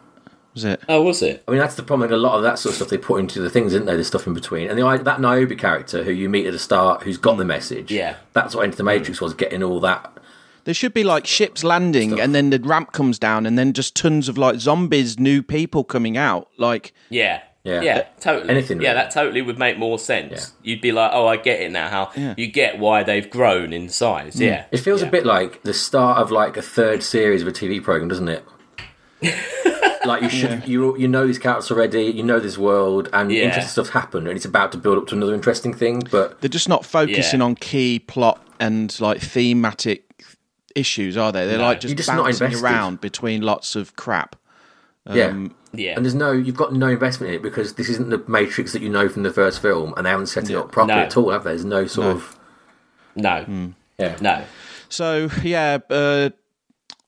[SPEAKER 1] was it?
[SPEAKER 2] oh, was it?
[SPEAKER 3] I mean, that's the problem. with A lot of that sort of stuff they put into the things, didn't they? The stuff in between, and the i- that Niobe character who you meet at the start, who's got the message.
[SPEAKER 2] Yeah. Hmm.
[SPEAKER 3] that's what Into the Matrix was getting all that.
[SPEAKER 1] There should be like ships landing, and then the ramp comes down, and then just tons of like zombies, new people coming out. Like
[SPEAKER 2] Yeah.
[SPEAKER 3] Yeah.
[SPEAKER 2] Yeah, totally.
[SPEAKER 3] Anything
[SPEAKER 2] Yeah,
[SPEAKER 3] really.
[SPEAKER 2] that totally would make more sense. You'd be like, oh, I get it now. How you get why they've grown in size. Yeah.
[SPEAKER 3] It feels
[SPEAKER 2] Yeah.
[SPEAKER 3] a bit like the start of like a third series of a TV program, doesn't it? like you should, you you know these characters already, you know this world, and
[SPEAKER 2] Yeah.
[SPEAKER 3] interesting stuff's happened, and it's about to build up to another interesting thing. But
[SPEAKER 1] they're just not focusing
[SPEAKER 2] Yeah.
[SPEAKER 1] on key plot and like thematic issues, are they? They're like just,
[SPEAKER 3] You're just not
[SPEAKER 1] bouncing
[SPEAKER 3] invested.
[SPEAKER 1] around between lots of crap.
[SPEAKER 3] yeah,
[SPEAKER 2] Yeah.
[SPEAKER 3] And there's no, you've got no investment in it because this isn't the Matrix that you know from the first film, and they haven't set it up properly
[SPEAKER 2] No.
[SPEAKER 3] at all, have they? There's no sort of
[SPEAKER 2] no.
[SPEAKER 1] Mm.
[SPEAKER 3] yeah.
[SPEAKER 2] No.
[SPEAKER 1] So yeah, uh,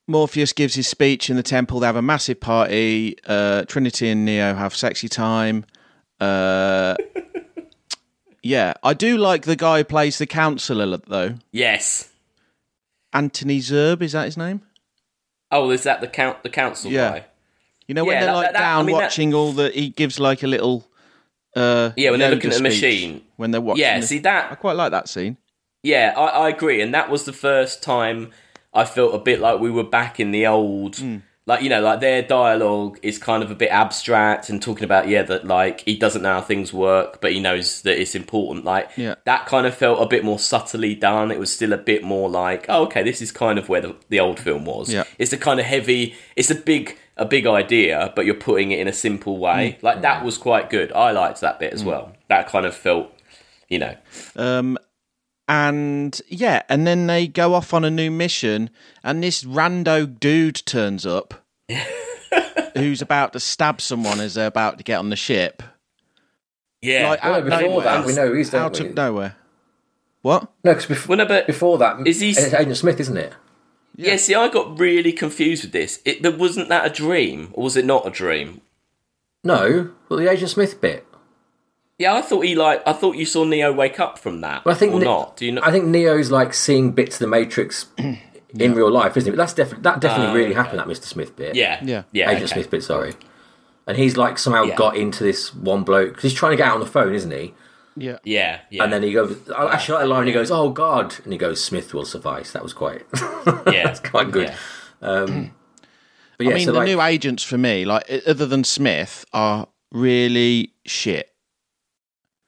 [SPEAKER 1] Morpheus gives his speech in the temple. They have a massive party. Uh, Trinity and Neo have sexy time. Uh, yeah, I do like the guy who plays the counselor though.
[SPEAKER 2] Yes.
[SPEAKER 1] Anthony Zerb is that his name?
[SPEAKER 2] Oh, is that the count? The council
[SPEAKER 1] Yeah.
[SPEAKER 2] guy?
[SPEAKER 1] You know when
[SPEAKER 2] Yeah,
[SPEAKER 1] they're
[SPEAKER 2] that-
[SPEAKER 1] like
[SPEAKER 2] that- that- I
[SPEAKER 1] down
[SPEAKER 2] mean, that-
[SPEAKER 1] watching all the he gives like a little uh
[SPEAKER 2] Yeah, when they're
[SPEAKER 1] Yoda
[SPEAKER 2] looking at the
[SPEAKER 1] speech
[SPEAKER 2] machine.
[SPEAKER 1] when they're watching
[SPEAKER 2] Yeah.
[SPEAKER 1] the-
[SPEAKER 2] See
[SPEAKER 1] I
[SPEAKER 2] that?
[SPEAKER 1] quite like that scene.
[SPEAKER 2] Yeah, I, I agree. And that was the first time I felt a bit like we were back in the old.
[SPEAKER 1] Mm.
[SPEAKER 2] Like you know, like their dialogue is kind of a bit abstract and talking about yeah that like he doesn't know how things work, but he knows that it's important. Like
[SPEAKER 1] Yeah.
[SPEAKER 2] that kind of felt a bit more subtly done. It was still a bit more like, oh, okay, this is kind of where the, the old film was.
[SPEAKER 1] Yeah.
[SPEAKER 2] It's a kind of heavy. It's a big a big idea, but you're putting it in a simple way.
[SPEAKER 1] Mm.
[SPEAKER 2] Like that was quite good. I liked that bit as well. That kind of felt, you know,
[SPEAKER 1] And yeah, and then they go off on a new mission and this rando dude turns up who's about to stab someone as they're about to get on the ship.
[SPEAKER 2] yeah.
[SPEAKER 1] Like out of
[SPEAKER 3] before
[SPEAKER 1] nowhere.
[SPEAKER 3] that, we know who he is, don't
[SPEAKER 1] out
[SPEAKER 3] we?
[SPEAKER 1] of nowhere. What?
[SPEAKER 3] No, because before,
[SPEAKER 2] Well, no, but
[SPEAKER 3] before that,
[SPEAKER 2] Is he-
[SPEAKER 3] it's Agent Smith, isn't it?
[SPEAKER 2] Yeah. see, I got really confused with this. It there wasn't that a dream, or was it not a dream?
[SPEAKER 3] No, well, the Agent Smith bit.
[SPEAKER 2] Yeah, I thought he like I thought you saw Neo wake up from that.
[SPEAKER 3] Well, I think
[SPEAKER 2] or
[SPEAKER 3] Ne-
[SPEAKER 2] not. Do you know?
[SPEAKER 3] I think Neo's like seeing bits of the Matrix in real life, isn't it? But that's definitely that definitely really happened. That Mr. Smith bit.
[SPEAKER 2] Uh, yeah,
[SPEAKER 1] Yeah.
[SPEAKER 2] yeah.
[SPEAKER 3] Agent
[SPEAKER 2] okay.
[SPEAKER 3] Smith bit. Sorry. And he's like somehow
[SPEAKER 2] Yeah.
[SPEAKER 3] got into this one bloke. 'cause He's trying to get out on the phone, isn't he?
[SPEAKER 1] Yeah.
[SPEAKER 2] Yeah, yeah,
[SPEAKER 3] And then he goes, I actually like the line, he goes, oh God. And he goes, Smith will suffice. That was quite,
[SPEAKER 2] yeah,
[SPEAKER 3] that's quite good. Um,
[SPEAKER 2] Yeah. Mm.
[SPEAKER 3] But yeah,
[SPEAKER 1] I mean,
[SPEAKER 3] so
[SPEAKER 1] the
[SPEAKER 3] like,
[SPEAKER 1] new agents for me, like o- other than Smith, are really shit.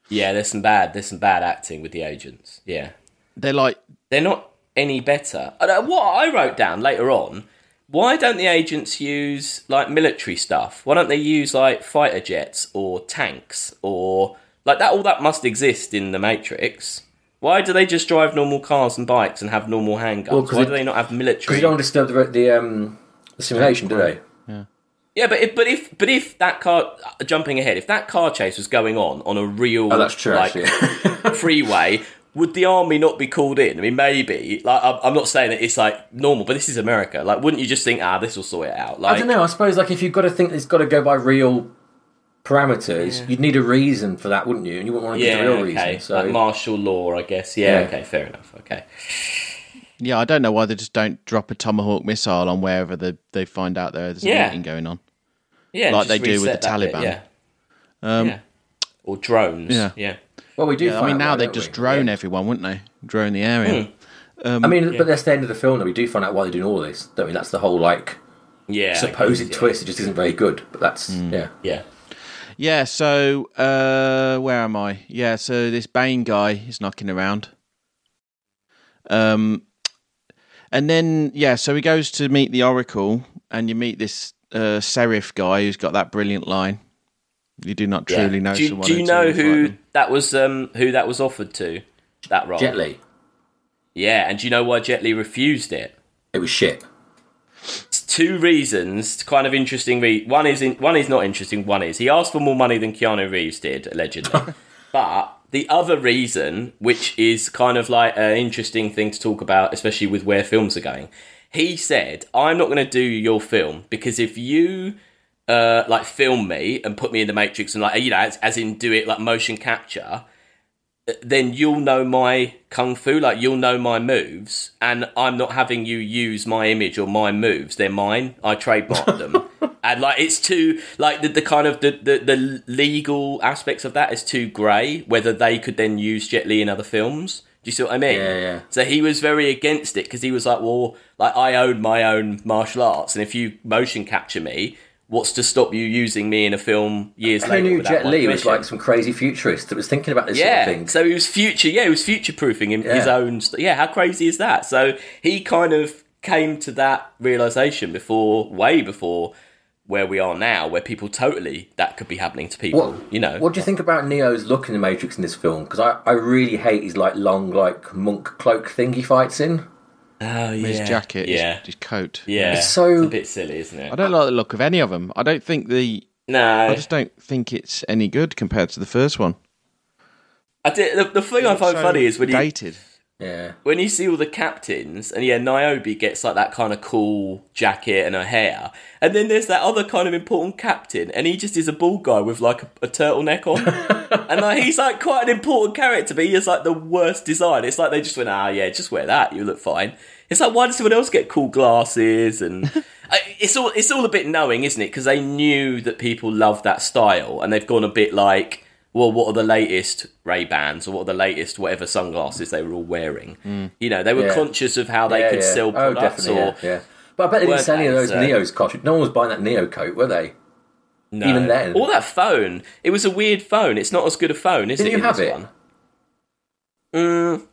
[SPEAKER 2] Yeah, there's some bad, there's some bad acting with the agents. Yeah,
[SPEAKER 1] They're like,
[SPEAKER 2] they're not any better. And, uh, What I wrote down later on. Why don't the agents use like military stuff? Why don't they use like fighter jets or tanks or like that? All that must exist in the Matrix. Why do they just drive normal cars and bikes and have normal handguns?
[SPEAKER 3] 'cause
[SPEAKER 2] Why
[SPEAKER 3] it-
[SPEAKER 2] do they not have military?
[SPEAKER 3] you don't disturb the, the, um, the simulation, do they?
[SPEAKER 2] Yeah, but if, but if but if that car jumping ahead, if that car chase was going on on a real
[SPEAKER 3] Oh, that's true,
[SPEAKER 2] like, freeway, would the army not be called in? I mean, maybe. Like, I'm, I'm not saying that it's like normal, but this is America. Like, wouldn't you just think, ah, this will sort it out? Like,
[SPEAKER 3] I don't know. I suppose like if you've got to think it's got to go by real parameters, you'd need a reason for that, wouldn't you? And you wouldn't want to
[SPEAKER 2] yeah,
[SPEAKER 3] give a real
[SPEAKER 2] okay,
[SPEAKER 3] reason. So
[SPEAKER 2] like martial law, I guess. Yeah,
[SPEAKER 3] Yeah.
[SPEAKER 2] okay, fair enough. Okay,
[SPEAKER 1] yeah, I don't know why they just don't drop a Tomahawk missile on wherever they, they find out there's a
[SPEAKER 2] Yeah.
[SPEAKER 1] meeting going on.
[SPEAKER 2] yeah,
[SPEAKER 1] Like
[SPEAKER 2] just
[SPEAKER 1] they do with
[SPEAKER 2] reset
[SPEAKER 1] the
[SPEAKER 2] that bit,
[SPEAKER 1] Taliban. Um,
[SPEAKER 2] yeah. yeah, or drones.
[SPEAKER 1] Yeah.
[SPEAKER 2] yeah.
[SPEAKER 3] well, we do.
[SPEAKER 1] I
[SPEAKER 3] find
[SPEAKER 1] mean,
[SPEAKER 3] out
[SPEAKER 1] now
[SPEAKER 3] why,
[SPEAKER 1] they'd
[SPEAKER 3] don't
[SPEAKER 1] just
[SPEAKER 3] we?
[SPEAKER 1] drone
[SPEAKER 3] Yeah.
[SPEAKER 1] everyone, wouldn't they? Drone the
[SPEAKER 2] Hmm.
[SPEAKER 1] area.
[SPEAKER 3] I mean, but that's the end of the film. That we do find out why they're doing all this, don't we? That's the whole like
[SPEAKER 2] Yeah, I
[SPEAKER 3] supposed
[SPEAKER 2] guess, yeah. Mm.
[SPEAKER 3] twist. It just isn't very good. But that's yeah.
[SPEAKER 2] Yeah,
[SPEAKER 1] Yeah, so uh, where am I? Yeah, so this Bane guy is knocking around. Um, and then yeah, so he goes to meet the Oracle, and you meet this uh, Serif guy who's got that brilliant line. You do not
[SPEAKER 2] yeah.
[SPEAKER 1] truly know
[SPEAKER 2] do, you-
[SPEAKER 1] someone.
[SPEAKER 2] Do you
[SPEAKER 1] until
[SPEAKER 2] know
[SPEAKER 1] you fight
[SPEAKER 2] who
[SPEAKER 1] them.
[SPEAKER 2] that was? Um, who that was offered to? That role,
[SPEAKER 3] Jet Li,
[SPEAKER 2] Yeah, and do you know why Jet Li refused it?
[SPEAKER 3] it was shit.
[SPEAKER 2] It's two reasons, kind of interesting. Re- one is in- one is not interesting. One is he asked for more money than Keanu Reeves did allegedly, but the other reason, which is kind of like an interesting thing to talk about, especially with where films are going, he said, "I'm not going to do your film because if you." Uh, like film me and put me in the matrix and like you know as, as in do it like motion capture then you'll know my kung fu, like you'll know my moves, and I'm not having you use my image or my moves. They're mine. I trademarked them, and like it's too like the, the kind of the, the the legal aspects of that is too grey. Whether they could then use Jet Li in other films. Do you see what I mean?
[SPEAKER 3] Yeah, yeah.
[SPEAKER 2] So he was very against it because he was like, "Well, like I own my own martial arts, and if you motion capture me, what's to stop you using me in a film years
[SPEAKER 3] Who
[SPEAKER 2] later?"
[SPEAKER 3] knew
[SPEAKER 2] without
[SPEAKER 3] Jet
[SPEAKER 2] my
[SPEAKER 3] Li was
[SPEAKER 2] permission?
[SPEAKER 3] like some crazy futurist that was thinking about this
[SPEAKER 2] Yeah.
[SPEAKER 3] sort of thing?
[SPEAKER 2] So he was future. Yeah, he was future proofing him his
[SPEAKER 3] Yeah.
[SPEAKER 2] own. St- yeah. How crazy is that? So he kind of came to that realization before, way before where we are now, where people totally that could be happening to people.
[SPEAKER 3] What-
[SPEAKER 2] you know.
[SPEAKER 3] What do you think about Neo's look in the Matrix in this film? Because I, I really hate his like long like monk cloak thing he fights in.
[SPEAKER 2] oh, yeah.
[SPEAKER 1] His jacket, his-
[SPEAKER 2] Yeah.
[SPEAKER 1] his, coat.
[SPEAKER 2] yeah.
[SPEAKER 3] It's so-
[SPEAKER 2] a bit silly, isn't
[SPEAKER 1] I
[SPEAKER 2] it?
[SPEAKER 1] don't like the look of any of them. I don't think the.
[SPEAKER 2] No.
[SPEAKER 1] I just don't think it's any good compared to the first one.
[SPEAKER 2] I did, the, the thing I find
[SPEAKER 1] So
[SPEAKER 2] funny is when you
[SPEAKER 1] dated.
[SPEAKER 3] Yeah.
[SPEAKER 2] when you see all the captains, and yeah, Niobe gets like that kind of cool jacket and her hair, and then there's that other kind of important captain, and he just is a bald guy with like a, a turtleneck on, and like he's like quite an important character, but he has like the worst design. It's like they just went, ah, yeah, just wear that, you look fine. It's like why does someone else get cool glasses and I- it's all it's all a bit knowing, isn't it? Because they knew that people love that style, and they've gone a bit like well, what are the latest Ray Bans or what are the latest whatever sunglasses they were all wearing? You know, they were
[SPEAKER 3] Mm. Yeah.
[SPEAKER 2] conscious of how they
[SPEAKER 3] yeah,
[SPEAKER 2] could
[SPEAKER 3] yeah. Oh,
[SPEAKER 2] sell products
[SPEAKER 3] definitely,
[SPEAKER 2] or
[SPEAKER 3] yeah, yeah. But I bet they didn't sell any of
[SPEAKER 2] Workouts,
[SPEAKER 3] those
[SPEAKER 2] uh,
[SPEAKER 3] Neo's costumes. No one was buying that Neo coat, were they?
[SPEAKER 2] No.
[SPEAKER 3] Even then.
[SPEAKER 2] All that phone, it was a weird phone. It's not as good a phone, is
[SPEAKER 3] Didn't
[SPEAKER 2] it?
[SPEAKER 3] you
[SPEAKER 2] in
[SPEAKER 3] have
[SPEAKER 2] this
[SPEAKER 3] it?
[SPEAKER 2] One? Mm,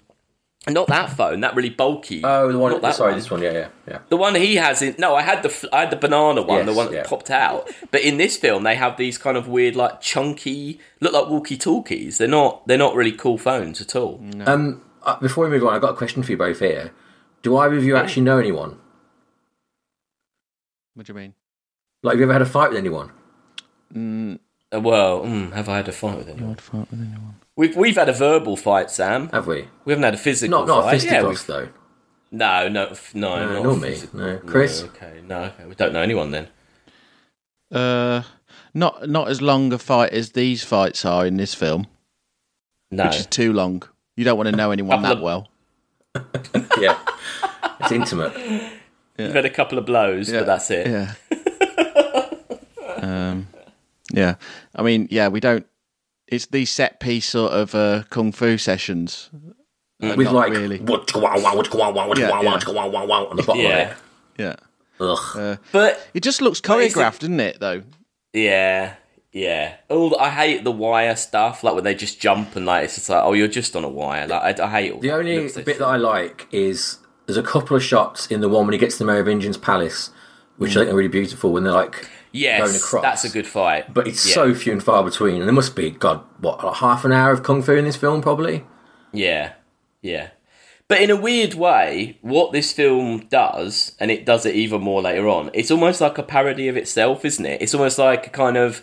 [SPEAKER 2] not that phone. That really bulky.
[SPEAKER 3] Oh, the one.
[SPEAKER 2] Not that
[SPEAKER 3] sorry, this one. Yeah, yeah, yeah.
[SPEAKER 2] The one he has in no, I had the f- I had the banana one, the
[SPEAKER 3] Yes,
[SPEAKER 2] one that
[SPEAKER 3] yeah.
[SPEAKER 2] popped out. But in this film, they have these kind of weird, like chunky, look like walkie talkies. They're not they're not really cool phones at all.
[SPEAKER 3] Um, uh, before we move on, I've got a question for you both here. Do either of you actually know anyone?
[SPEAKER 1] What do you mean?
[SPEAKER 3] Like, have you ever had a fight with anyone?
[SPEAKER 2] Uh, Well, mm, have I had a fight with anyone?
[SPEAKER 1] I'd fight with anyone.
[SPEAKER 2] We've we've had a verbal fight, Sam.
[SPEAKER 3] Have we?
[SPEAKER 2] We haven't had a physical.
[SPEAKER 3] Not not a
[SPEAKER 2] fight. Yeah,
[SPEAKER 3] fisticuffs
[SPEAKER 2] we've-
[SPEAKER 3] though.
[SPEAKER 2] No, no, f- no,
[SPEAKER 3] No,
[SPEAKER 2] not
[SPEAKER 3] nor
[SPEAKER 2] f-
[SPEAKER 3] me. No.
[SPEAKER 2] no,
[SPEAKER 3] Chris?
[SPEAKER 2] okay, no, okay. we don't know anyone then.
[SPEAKER 1] Uh, not not as long a fight as these fights are in this film,
[SPEAKER 2] No,
[SPEAKER 1] which is too long. You don't want to know anyone
[SPEAKER 2] Couple
[SPEAKER 1] that
[SPEAKER 2] of-
[SPEAKER 1] well.
[SPEAKER 3] Yeah. it's intimate.
[SPEAKER 2] you've had a couple of blows, but that's it.
[SPEAKER 1] Yeah. um, yeah. I mean, yeah, we don't. It's these set piece sort of uh, kung fu sessions.
[SPEAKER 2] Mm.
[SPEAKER 1] They're
[SPEAKER 3] With
[SPEAKER 1] not
[SPEAKER 3] like
[SPEAKER 1] really.
[SPEAKER 3] what wow wow what wow wow what
[SPEAKER 1] Yeah,
[SPEAKER 3] wow
[SPEAKER 1] yeah.
[SPEAKER 3] wow wow wow wow on the bottom
[SPEAKER 2] Yeah. Uh,
[SPEAKER 1] Yeah.
[SPEAKER 3] of it. Ugh.
[SPEAKER 2] But
[SPEAKER 1] It just looks
[SPEAKER 2] is it-
[SPEAKER 1] choreographed, doesn't it? Though.
[SPEAKER 2] yeah, yeah. All I hate the wire stuff, like when they just jump and like it's just like, oh, you're just on a wire. Like I, I hate all
[SPEAKER 3] The
[SPEAKER 2] that. It
[SPEAKER 3] only
[SPEAKER 2] looks so
[SPEAKER 3] bit that I like is there's a couple of shots in the one when he gets to the Merovingian's palace, which I think are really beautiful when they're like, going
[SPEAKER 2] Yes,
[SPEAKER 3] across.
[SPEAKER 2] that's a good fight.
[SPEAKER 3] but it's
[SPEAKER 2] Yeah.
[SPEAKER 3] so few and far between. And there must be God, what like half an hour of kung fu in this film, probably.
[SPEAKER 2] Yeah, yeah. But in a weird way, what this film does, and it does it even more later on, it's almost like a parody of itself, isn't it? It's almost like a kind of,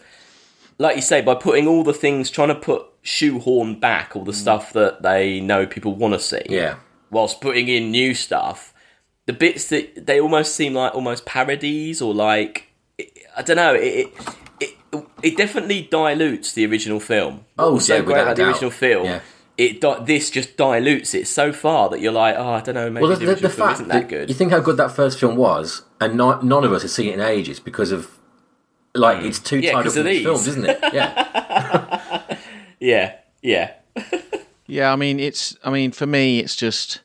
[SPEAKER 2] like you say, by putting all the things, trying to put shoehorn back all the stuff that they know people want to see,
[SPEAKER 3] Yeah,
[SPEAKER 2] whilst putting in new stuff. The bits that they almost seem like almost parodies or like, I don't know, it. it it, it definitely dilutes the original film.
[SPEAKER 3] Oh,
[SPEAKER 2] What's so
[SPEAKER 3] yeah,
[SPEAKER 2] great
[SPEAKER 3] without
[SPEAKER 2] about the
[SPEAKER 3] doubt.
[SPEAKER 2] original film
[SPEAKER 3] Yeah.
[SPEAKER 2] it di- this just dilutes it so far that you're like, oh, I don't know, maybe
[SPEAKER 3] Well,
[SPEAKER 2] the,
[SPEAKER 3] the, the,
[SPEAKER 2] original
[SPEAKER 3] the
[SPEAKER 2] film
[SPEAKER 3] fact
[SPEAKER 2] isn't
[SPEAKER 3] that
[SPEAKER 2] that good.
[SPEAKER 3] you think how good that first film was, and not, none of us have seen it in ages because of like it's too
[SPEAKER 2] Hmm. Yeah,
[SPEAKER 3] tied up
[SPEAKER 2] 'cause
[SPEAKER 3] in
[SPEAKER 2] of
[SPEAKER 3] these
[SPEAKER 2] these.
[SPEAKER 3] films, isn't it? Yeah,
[SPEAKER 2] yeah, yeah,
[SPEAKER 1] Yeah. I mean, it's. I mean, for me, it's just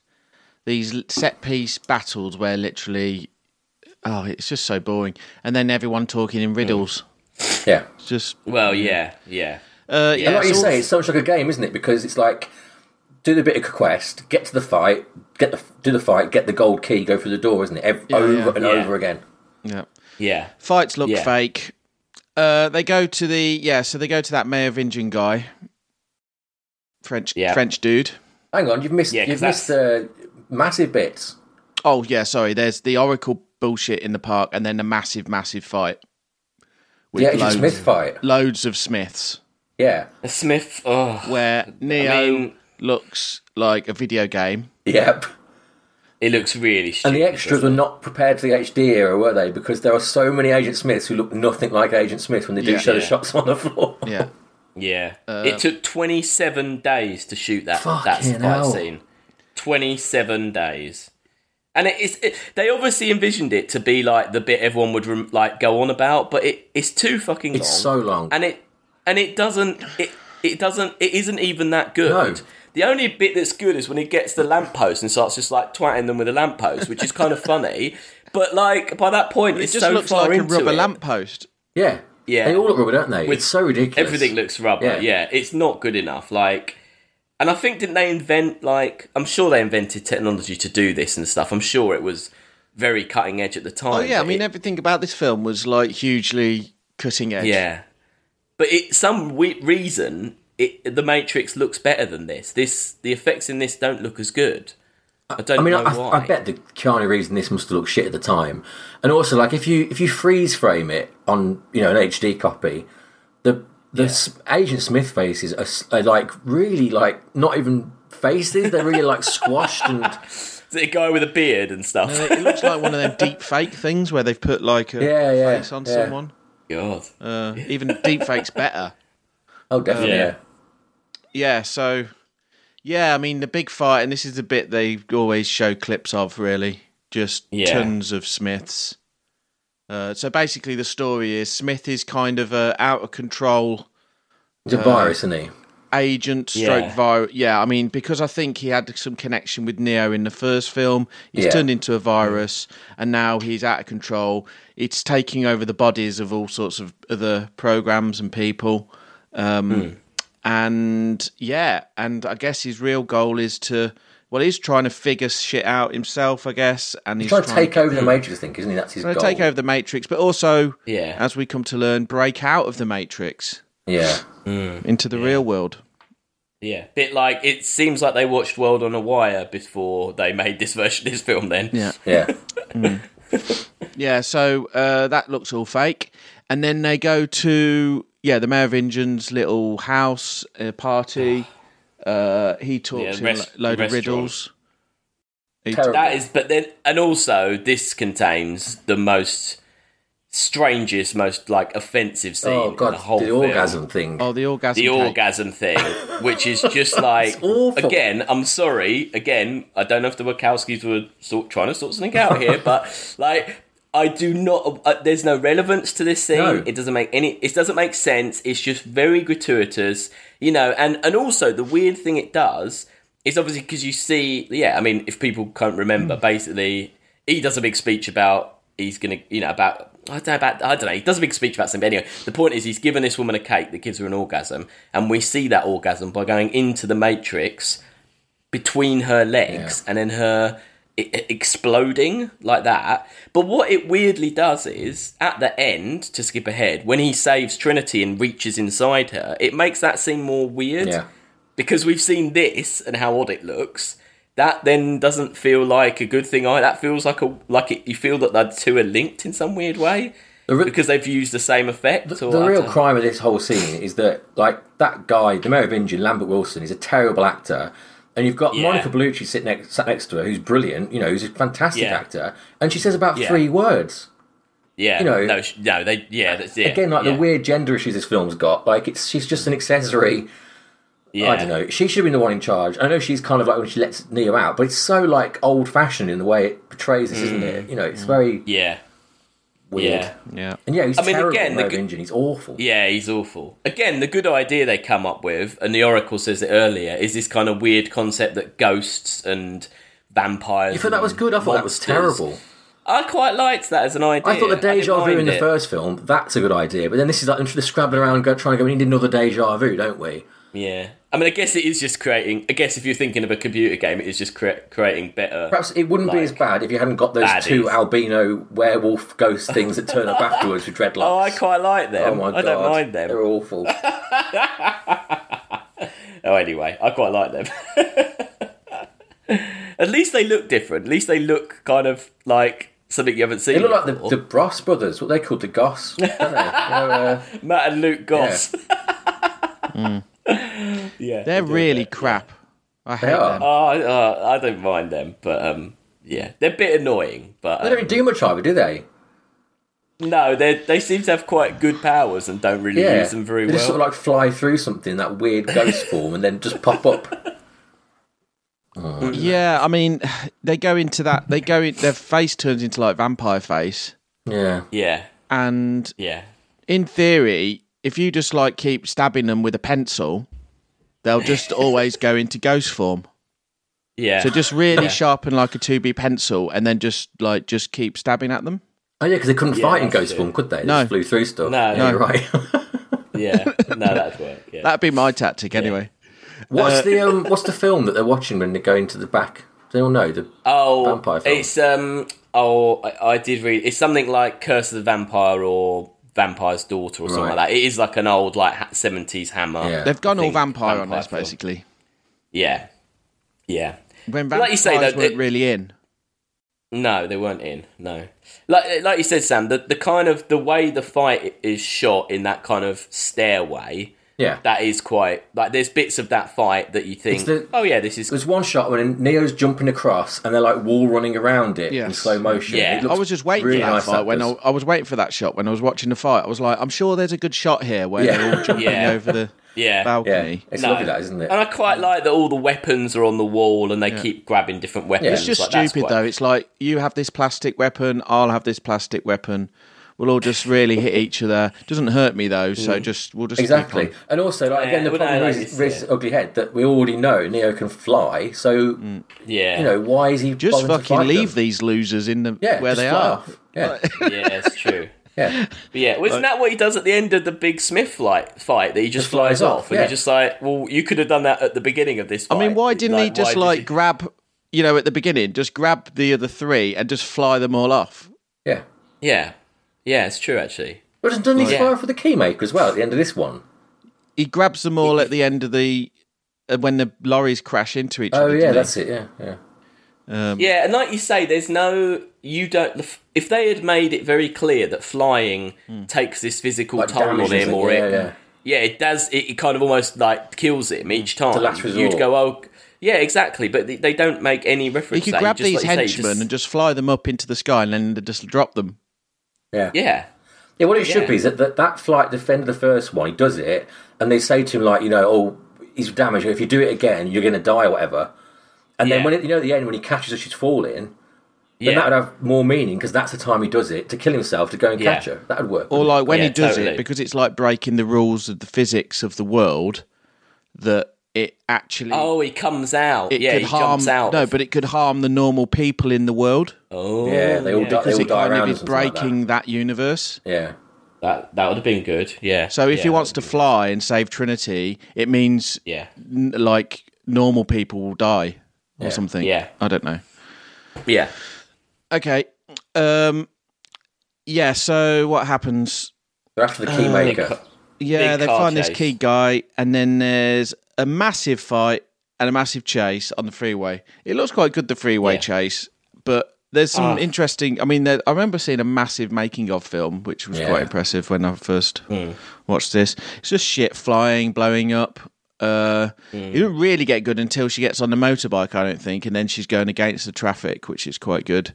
[SPEAKER 1] these l- set piece battles where literally, oh, it's just so boring. And then everyone talking
[SPEAKER 3] Hmm.
[SPEAKER 1] in riddles.
[SPEAKER 3] yeah.
[SPEAKER 1] It's just.
[SPEAKER 2] well, yeah, yeah,
[SPEAKER 1] Uh, yeah.
[SPEAKER 3] And like
[SPEAKER 1] it's
[SPEAKER 3] you
[SPEAKER 1] all-
[SPEAKER 3] say, it's so much like a game, isn't it? Because it's like do the bit of quest, get to the fight, get the do the fight, get the gold key, go through the door, isn't it? Ev- over
[SPEAKER 1] yeah.
[SPEAKER 3] and
[SPEAKER 2] Yeah.
[SPEAKER 3] over again.
[SPEAKER 1] yeah.
[SPEAKER 2] yeah,
[SPEAKER 1] Fights look
[SPEAKER 2] Yeah.
[SPEAKER 1] fake. Uh, they go to the yeah, so they go to that Merovingian guy, French
[SPEAKER 2] Yeah.
[SPEAKER 1] French dude.
[SPEAKER 3] Hang on, you've missed
[SPEAKER 2] Yeah, 'cause
[SPEAKER 3] you've missed the massive bits.
[SPEAKER 1] Oh yeah, sorry. There's the Oracle bullshit in the park, and then the massive, massive fight with
[SPEAKER 3] The Agent
[SPEAKER 1] loads,
[SPEAKER 3] Smith fight.
[SPEAKER 1] loads of Smiths,
[SPEAKER 3] Yeah,
[SPEAKER 2] Smith. Oh,
[SPEAKER 1] where Neo
[SPEAKER 2] mean-
[SPEAKER 1] looks like a video game.
[SPEAKER 3] yep.
[SPEAKER 2] it looks really.
[SPEAKER 3] And
[SPEAKER 2] Stupid,
[SPEAKER 3] the extras were not prepared for the HD era, were they? Because there are so many Agent Smiths who look nothing like Agent Smith when they do
[SPEAKER 1] Yeah.
[SPEAKER 3] show the
[SPEAKER 2] Yeah.
[SPEAKER 3] shots on the floor.
[SPEAKER 1] Yeah,
[SPEAKER 2] Yeah, it took 27 days to shoot that that
[SPEAKER 3] Uh, Fucking
[SPEAKER 2] fight
[SPEAKER 3] hell.
[SPEAKER 2] scene. 27 days. And it is it, they obviously envisioned it to be like the bit everyone would rem- like go on about, but it, it's too fucking
[SPEAKER 3] It's
[SPEAKER 2] long.
[SPEAKER 3] so long.
[SPEAKER 2] and it and it doesn't it it doesn't it isn't even that good.
[SPEAKER 3] No.
[SPEAKER 2] The only bit that's good is when he gets the lamppost and starts just like twatting them with a lamppost, which is kind of funny. But like by that point,
[SPEAKER 1] it
[SPEAKER 2] it's
[SPEAKER 1] just
[SPEAKER 2] so
[SPEAKER 1] looks
[SPEAKER 2] far
[SPEAKER 1] like a
[SPEAKER 2] into
[SPEAKER 1] rubber
[SPEAKER 2] it.
[SPEAKER 1] lamppost.
[SPEAKER 3] yeah,
[SPEAKER 2] Yeah.
[SPEAKER 3] They all look rubber, don't they?
[SPEAKER 2] With
[SPEAKER 3] it's so ridiculous.
[SPEAKER 2] Everything looks rubber.
[SPEAKER 3] Yeah.
[SPEAKER 2] Yeah. it's not good enough. Like, and I think didn't they invent like? I'm sure they invented technology to do this and stuff. I'm sure it was very cutting edge at the time.
[SPEAKER 1] Oh yeah, I
[SPEAKER 2] but
[SPEAKER 1] mean
[SPEAKER 2] it-
[SPEAKER 1] everything about this film was like hugely cutting edge.
[SPEAKER 2] yeah. But it some we- reason it, the Matrix looks better than this. This the effects in this don't look as good. I don't
[SPEAKER 3] I mean,
[SPEAKER 2] know
[SPEAKER 3] I,
[SPEAKER 2] why.
[SPEAKER 3] I bet the Keanu Reeves in this must have looked shit at the time. And also, like if you if you freeze frame it on you know an HD copy, the the S- Agent Smith faces are, s- are like really like not even faces. They're really like squashed and
[SPEAKER 2] Is it a guy with a beard and stuff.
[SPEAKER 1] It looks like one of them deep fake things where they've put like a
[SPEAKER 3] Yeah, yeah,
[SPEAKER 1] face on
[SPEAKER 3] yeah.
[SPEAKER 1] someone.
[SPEAKER 2] God.
[SPEAKER 1] Uh, even deep fake's better.
[SPEAKER 3] oh, definitely.
[SPEAKER 2] Yeah.
[SPEAKER 3] yeah.
[SPEAKER 1] Yeah, so yeah, I mean the big fight, and this is the bit they always show clips of. Really, just
[SPEAKER 2] Yeah.
[SPEAKER 1] tons of Smiths. Uh, so basically, the story is Smith is kind of a out of control
[SPEAKER 3] He's a virus, isn't he?
[SPEAKER 1] agent stroke
[SPEAKER 2] Yeah.
[SPEAKER 1] virus. Yeah, I mean because I think he had some connection with Neo in the first film. He's
[SPEAKER 3] Yeah.
[SPEAKER 1] turned into a virus, and now he's out of control. It's taking over the bodies of all sorts of other programs and people. Um,
[SPEAKER 3] Hmm.
[SPEAKER 1] And yeah, and I guess his real goal is to. Well, he's trying to figure shit out himself, I guess, and he's,
[SPEAKER 3] Trying to
[SPEAKER 1] trying
[SPEAKER 3] take over the Matrix, I think, isn't he? That's his
[SPEAKER 1] trying
[SPEAKER 3] goal.
[SPEAKER 1] to take over the Matrix, but also,
[SPEAKER 2] Yeah.
[SPEAKER 1] as we come to learn, break out of the Matrix
[SPEAKER 3] Yeah. Hmm.
[SPEAKER 1] into the real world.
[SPEAKER 2] Yeah, bit like it seems like they watched World on a Wire before they made this version of this film. Then,
[SPEAKER 1] Yeah.
[SPEAKER 3] Yeah.
[SPEAKER 1] Yeah, so uh, that looks all fake. And then they go to yeah the Merovingian's little house uh, party. Uh, he talks
[SPEAKER 2] Yeah,
[SPEAKER 1] in
[SPEAKER 2] rest-
[SPEAKER 1] a lo- load of
[SPEAKER 2] restaurant.
[SPEAKER 1] riddles. He
[SPEAKER 3] Terrible.
[SPEAKER 2] That is, but then, and also this contains the most strangest, most like offensive scene.
[SPEAKER 3] Oh
[SPEAKER 2] in
[SPEAKER 3] god,
[SPEAKER 2] the whole
[SPEAKER 3] the
[SPEAKER 2] film.
[SPEAKER 3] orgasm thing.
[SPEAKER 1] Oh, the orgasm.
[SPEAKER 2] the
[SPEAKER 1] cake.
[SPEAKER 2] orgasm thing, which is just like
[SPEAKER 3] awful.
[SPEAKER 2] again. I'm sorry. Again, I don't know if the Wachowskis were sort trying to sort something out here, but like. I do not. Uh, there's no relevance to this thing.
[SPEAKER 3] No.
[SPEAKER 2] It doesn't make any. It doesn't make sense. It's just very gratuitous, you know. And and also the weird thing it does is obviously because you see. Yeah, I mean, if people can't remember, basically he does a big speech about he's gonna, you know, about I don't know about I don't know. He does a big speech about something. Anyway, the point is he's given this woman a cake that gives her an orgasm, and we see that orgasm by going into the matrix between her legs and then her i- i- exploding like that. But what it weirdly does is at the end, to skip ahead, when he saves Trinity and reaches inside her, it makes that seem more weird
[SPEAKER 3] yeah.
[SPEAKER 2] because we've seen this and how odd it looks. That then doesn't feel like a good thing. I that feels like a like it, you feel that the two are linked in some weird way
[SPEAKER 3] re-
[SPEAKER 2] because they've used the same effect. or
[SPEAKER 3] The
[SPEAKER 2] I
[SPEAKER 3] real
[SPEAKER 2] don't-
[SPEAKER 3] crime of this whole scene is that, like, that guy, the mayor of Injun, Lambert Wilson, is a terrible actor. And you've got
[SPEAKER 2] Yeah.
[SPEAKER 3] Monica Bellucci sitting next, sat next to her, who's brilliant, you know, who's a fantastic
[SPEAKER 2] Yeah.
[SPEAKER 3] actor. And she says about
[SPEAKER 2] Yeah.
[SPEAKER 3] three words.
[SPEAKER 2] yeah,
[SPEAKER 3] you know-
[SPEAKER 2] no, sh- no, they, yeah, that's, yeah,
[SPEAKER 3] Again, like
[SPEAKER 2] yeah,
[SPEAKER 3] the weird gender issues this film's got. Like, it's she's just an accessory.
[SPEAKER 2] yeah.
[SPEAKER 3] I don't know. She should have been the one in charge. I know she's kind of like when she lets Neo out, but it's so, like, old fashioned in the way it portrays this, isn't
[SPEAKER 2] Mm.
[SPEAKER 3] it? You know, it's very
[SPEAKER 2] yeah,
[SPEAKER 3] weird.
[SPEAKER 2] yeah.
[SPEAKER 1] Yeah.
[SPEAKER 3] And yeah, he's
[SPEAKER 2] mean,
[SPEAKER 3] terrible,
[SPEAKER 2] again, the
[SPEAKER 3] mayor of
[SPEAKER 2] good-
[SPEAKER 3] Injun. He's awful.
[SPEAKER 2] Yeah, he's awful. Again, the good idea they come up with, and the Oracle says it earlier, is this kind of weird concept that ghosts and vampires.
[SPEAKER 3] You thought that was good? I thought that was terrible.
[SPEAKER 2] I quite liked that as an idea.
[SPEAKER 3] I thought the
[SPEAKER 2] didn't
[SPEAKER 3] deja vu
[SPEAKER 2] mind
[SPEAKER 3] in the
[SPEAKER 2] it.
[SPEAKER 3] first film, that's a good idea. But then this is like the scrabbling around go, trying to go, we need another deja vu, don't we?
[SPEAKER 2] Yeah. I mean, I guess it is just creating. I guess if you're thinking of a computer game, it is just crea- creating better.
[SPEAKER 3] Perhaps it wouldn't be as
[SPEAKER 2] Like,
[SPEAKER 3] bad if you hadn't got those
[SPEAKER 2] baddies.
[SPEAKER 3] two albino werewolf ghost things that turn up afterwards with dreadlocks.
[SPEAKER 2] Oh, I quite like them.
[SPEAKER 3] Oh my
[SPEAKER 2] I don't
[SPEAKER 3] God,
[SPEAKER 2] mind them.
[SPEAKER 3] They're awful.
[SPEAKER 2] Oh, anyway, I quite like them. At least they look different. At least they look kind of like something you haven't seen.
[SPEAKER 3] They look like the,
[SPEAKER 2] before.
[SPEAKER 3] the Bros brothers, what they called the Goss. don't they? You know, uh,
[SPEAKER 2] Matt and Luke Goss.
[SPEAKER 3] Mm.
[SPEAKER 2] yeah,
[SPEAKER 1] They're
[SPEAKER 2] do.
[SPEAKER 1] really crap. I hate
[SPEAKER 3] are.
[SPEAKER 1] them.
[SPEAKER 2] Oh, I- oh, I don't mind them, but um, yeah, they're a bit annoying. But
[SPEAKER 3] they
[SPEAKER 2] um,
[SPEAKER 3] don't do much either, do they?
[SPEAKER 2] no, they they seem to have quite good powers and don't really
[SPEAKER 3] Yeah.
[SPEAKER 2] use them very
[SPEAKER 3] they
[SPEAKER 2] well.
[SPEAKER 3] just sort of like fly through something, that weird ghost form, and then just pop up.
[SPEAKER 1] Yeah, I mean, they go into that. They go. In, their face turns into like vampire face,
[SPEAKER 3] Yeah.
[SPEAKER 2] yeah,
[SPEAKER 1] and
[SPEAKER 2] yeah.
[SPEAKER 1] in theory, if you just like keep stabbing them with a pencil, they'll just always go into ghost form.
[SPEAKER 2] Yeah.
[SPEAKER 1] So just really sharpen like a two B pencil, and then just like just keep stabbing at them.
[SPEAKER 3] Oh yeah, because they couldn't fight in
[SPEAKER 2] that's
[SPEAKER 3] ghost
[SPEAKER 2] true.
[SPEAKER 3] form, could they? They
[SPEAKER 1] No.
[SPEAKER 3] just flew through stuff.
[SPEAKER 2] No,
[SPEAKER 3] yeah,
[SPEAKER 2] no.
[SPEAKER 3] you're right.
[SPEAKER 2] yeah. No, that'd work. Yeah.
[SPEAKER 1] That'd be my tactic anyway.
[SPEAKER 3] What's the um, what's the film that they're watching when they're going to the back? They all know the
[SPEAKER 2] oh,
[SPEAKER 3] vampire film.
[SPEAKER 2] it's um. Oh, I, I did read. It's something like Curse of the Vampire or Vampire's Daughter or something
[SPEAKER 3] Right.
[SPEAKER 2] like that. It is like an old like seventies hammer.
[SPEAKER 3] Yeah.
[SPEAKER 1] They've gone
[SPEAKER 2] I
[SPEAKER 1] all
[SPEAKER 2] think
[SPEAKER 1] vampire, on
[SPEAKER 2] vampire
[SPEAKER 1] us
[SPEAKER 2] film.
[SPEAKER 1] basically.
[SPEAKER 2] Yeah. Yeah.
[SPEAKER 1] When vampires
[SPEAKER 2] Like you say, though,
[SPEAKER 1] weren't
[SPEAKER 2] it-
[SPEAKER 1] really in.
[SPEAKER 2] No, they weren't in. No, like like you said, Sam, the, the kind of the way the fight is shot in that kind of stairway,
[SPEAKER 3] yeah.
[SPEAKER 2] that is quite like there's bits of that fight that you think,
[SPEAKER 3] the-
[SPEAKER 2] oh yeah, this is
[SPEAKER 3] There's one shot when Neo's jumping across and they're like wall running around it in
[SPEAKER 1] Yes.
[SPEAKER 3] slow motion.
[SPEAKER 2] Yeah.
[SPEAKER 3] It looks
[SPEAKER 1] I was just waiting
[SPEAKER 3] really
[SPEAKER 1] for that
[SPEAKER 3] nice
[SPEAKER 1] fight when I,
[SPEAKER 3] actors.
[SPEAKER 1] I was waiting for that shot when I was watching the fight. I was like, I'm sure there's a good shot here where
[SPEAKER 3] Yeah.
[SPEAKER 1] they're all jumping
[SPEAKER 2] Yeah.
[SPEAKER 1] over the
[SPEAKER 2] yeah,
[SPEAKER 3] yeah,
[SPEAKER 1] balcony.
[SPEAKER 3] it's
[SPEAKER 2] No.
[SPEAKER 3] lovely that, isn't it?
[SPEAKER 2] And I quite like that all the weapons are on the wall and they keep grabbing different weapons.
[SPEAKER 3] Yeah.
[SPEAKER 1] It's just
[SPEAKER 2] Like, that's
[SPEAKER 1] stupid
[SPEAKER 2] quite-
[SPEAKER 1] though. It's like you have this plastic weapon, I'll have this plastic weapon. We'll all just really hit each other. Doesn't hurt me though, so
[SPEAKER 2] Mm.
[SPEAKER 1] just we'll just keep
[SPEAKER 3] Exactly.
[SPEAKER 1] on.
[SPEAKER 3] And also, like, again, the
[SPEAKER 2] well, no,
[SPEAKER 3] problem
[SPEAKER 2] like
[SPEAKER 3] is
[SPEAKER 2] you
[SPEAKER 3] it's
[SPEAKER 2] said.
[SPEAKER 3] this ugly head that we already know Neo can fly. So
[SPEAKER 2] Yeah,
[SPEAKER 3] you know why is he
[SPEAKER 1] Mm. Just
[SPEAKER 3] bothering to
[SPEAKER 1] fucking
[SPEAKER 3] fight
[SPEAKER 1] leave
[SPEAKER 3] them?
[SPEAKER 1] these losers in the
[SPEAKER 3] Yeah,
[SPEAKER 1] where
[SPEAKER 3] just
[SPEAKER 1] they
[SPEAKER 3] fly
[SPEAKER 1] are.
[SPEAKER 3] off. Yeah,
[SPEAKER 2] yeah, it's true.
[SPEAKER 3] yeah.
[SPEAKER 2] But yeah, well, isn't that what he does at the end of the big Smith like fight that he just, flies,
[SPEAKER 3] flies
[SPEAKER 2] off?
[SPEAKER 3] off,
[SPEAKER 2] And
[SPEAKER 3] yeah.
[SPEAKER 2] you're just like, well, you could have done that at the beginning of this. Fight.
[SPEAKER 1] I mean, why didn't he
[SPEAKER 2] why
[SPEAKER 1] just
[SPEAKER 2] did
[SPEAKER 1] like
[SPEAKER 2] you-
[SPEAKER 1] grab you know, at the beginning, just grab the other three and just fly them all off?
[SPEAKER 3] yeah.
[SPEAKER 2] Yeah, yeah, it's true actually.
[SPEAKER 3] But doesn't doesn't he
[SPEAKER 2] Yeah.
[SPEAKER 3] fly off with the keymaker as well at the end of this one?
[SPEAKER 1] He grabs them all at the end of the uh, when the lorries crash into each
[SPEAKER 3] Oh
[SPEAKER 1] other.
[SPEAKER 3] yeah,
[SPEAKER 1] doesn't he?
[SPEAKER 3] that's it. Yeah, yeah.
[SPEAKER 1] Um,
[SPEAKER 2] Yeah, and like you say, there's no you don't. If they had made it very clear that flying
[SPEAKER 1] Hmm.
[SPEAKER 2] takes this physical
[SPEAKER 3] Like
[SPEAKER 2] toll on
[SPEAKER 3] damages
[SPEAKER 2] him,
[SPEAKER 3] it,
[SPEAKER 2] or
[SPEAKER 3] yeah,
[SPEAKER 2] it,
[SPEAKER 3] yeah.
[SPEAKER 2] yeah, it does. It, it kind of almost like kills him each time.
[SPEAKER 3] last resort.
[SPEAKER 2] You'd go, oh, Yeah, exactly. But they- they don't make any
[SPEAKER 1] You
[SPEAKER 2] reference. to
[SPEAKER 1] could
[SPEAKER 2] that.
[SPEAKER 1] grab
[SPEAKER 2] just,
[SPEAKER 1] these
[SPEAKER 2] like you say,
[SPEAKER 1] henchmen
[SPEAKER 2] just-
[SPEAKER 1] and just fly them up into the sky and then just drop them.
[SPEAKER 3] Yeah.
[SPEAKER 2] yeah,
[SPEAKER 3] Yeah, what it should
[SPEAKER 2] Yeah.
[SPEAKER 3] be is that, that that flight defender, the first one, he does it, and they say to him like, you know, oh, he's damaged. If you do it again, you're going to die, or whatever. And then
[SPEAKER 2] Yeah.
[SPEAKER 3] when it, you know at the end when he catches her, she's falling. Then
[SPEAKER 2] yeah.
[SPEAKER 3] that would have more meaning because that's the time he does it to kill himself to go and
[SPEAKER 2] Yeah.
[SPEAKER 3] catch her. That would work.
[SPEAKER 1] Or like when
[SPEAKER 2] Yeah,
[SPEAKER 1] he does
[SPEAKER 2] totally.
[SPEAKER 1] it, because it's like breaking the rules of the physics of the world that it actually
[SPEAKER 2] oh, he comes out.
[SPEAKER 1] it
[SPEAKER 2] yeah,
[SPEAKER 1] could
[SPEAKER 2] he
[SPEAKER 1] harm
[SPEAKER 2] jumps out.
[SPEAKER 1] no, but it could harm the normal people in the world
[SPEAKER 2] oh,
[SPEAKER 3] yeah, they all die. They
[SPEAKER 1] because
[SPEAKER 3] all
[SPEAKER 1] it
[SPEAKER 3] die
[SPEAKER 1] kind
[SPEAKER 3] around.
[SPEAKER 1] of
[SPEAKER 3] and
[SPEAKER 1] is
[SPEAKER 3] something like that.
[SPEAKER 1] breaking that universe.
[SPEAKER 3] Yeah.
[SPEAKER 2] That that would have been good. Yeah.
[SPEAKER 1] So if
[SPEAKER 2] yeah,
[SPEAKER 1] he wants to fly and save Trinity, it means
[SPEAKER 2] yeah,
[SPEAKER 1] n- like normal people will die or something.
[SPEAKER 2] Yeah.
[SPEAKER 1] I don't know.
[SPEAKER 2] yeah.
[SPEAKER 1] Okay. Um yeah, so what happens
[SPEAKER 3] They're after the
[SPEAKER 2] Uh,
[SPEAKER 3] keymaker.
[SPEAKER 1] Yeah,
[SPEAKER 2] Big
[SPEAKER 1] they
[SPEAKER 2] car
[SPEAKER 1] find this
[SPEAKER 2] chase.
[SPEAKER 1] key guy, and then there's a massive fight and a massive chase on the freeway. It looks quite good, the freeway
[SPEAKER 2] Yeah. Ah.
[SPEAKER 1] chase, but there's some interesting. I mean, there, I remember seeing a massive making of film, which was
[SPEAKER 3] Yeah.
[SPEAKER 1] quite impressive when I first
[SPEAKER 2] Hmm.
[SPEAKER 1] watched this. It's just shit flying, blowing up. Uh,
[SPEAKER 2] Hmm.
[SPEAKER 1] It didn't really get good until she gets on the motorbike, I don't think, and then she's going against the traffic, which is quite good.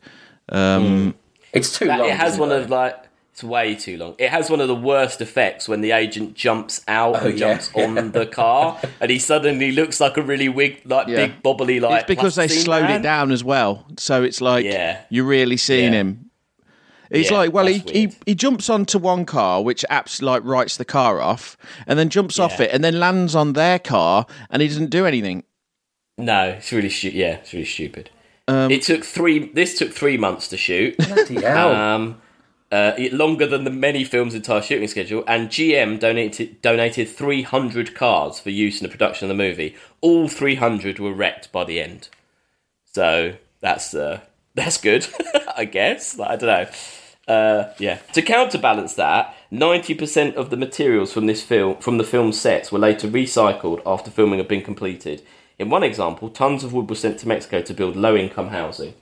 [SPEAKER 3] It's too
[SPEAKER 2] That-
[SPEAKER 3] long.
[SPEAKER 2] it has
[SPEAKER 3] isn't
[SPEAKER 2] one
[SPEAKER 3] it?
[SPEAKER 2] of like it's way too long. It has one of the worst effects when the agent jumps out and
[SPEAKER 3] Oh, yeah.
[SPEAKER 2] jumps on the car, and he suddenly looks like a really wig, like
[SPEAKER 1] Yeah.
[SPEAKER 2] big bobbly, like
[SPEAKER 1] It's because they
[SPEAKER 2] plasticine
[SPEAKER 1] slowed
[SPEAKER 2] man.
[SPEAKER 1] it down as well. So it's like
[SPEAKER 2] Yeah.
[SPEAKER 1] you're really seeing
[SPEAKER 2] Yeah.
[SPEAKER 1] him. It's
[SPEAKER 2] Yeah,
[SPEAKER 1] like well he,
[SPEAKER 2] that's
[SPEAKER 1] he
[SPEAKER 2] weird.
[SPEAKER 1] he jumps onto one car which apps like writes the car off and then jumps off
[SPEAKER 2] Yeah.
[SPEAKER 1] it and then lands on their car and he doesn't do anything.
[SPEAKER 2] No, it's really stu- yeah, it's really stupid.
[SPEAKER 3] Um,
[SPEAKER 2] it took three. This took three months to shoot.
[SPEAKER 3] Bloody hell.
[SPEAKER 2] Um, uh, it- longer than the many films' entire shooting schedule, and GM donated donated 300 cars for use in the production of the movie. All 300 were wrecked by the end, so that's uh, that's good, I guess. Like, I don't know. Uh, yeah. To counterbalance that, 90% of the materials from this film from the film sets were later recycled after filming had been completed. In one example, tons of wood were sent to Mexico to build low-income housing.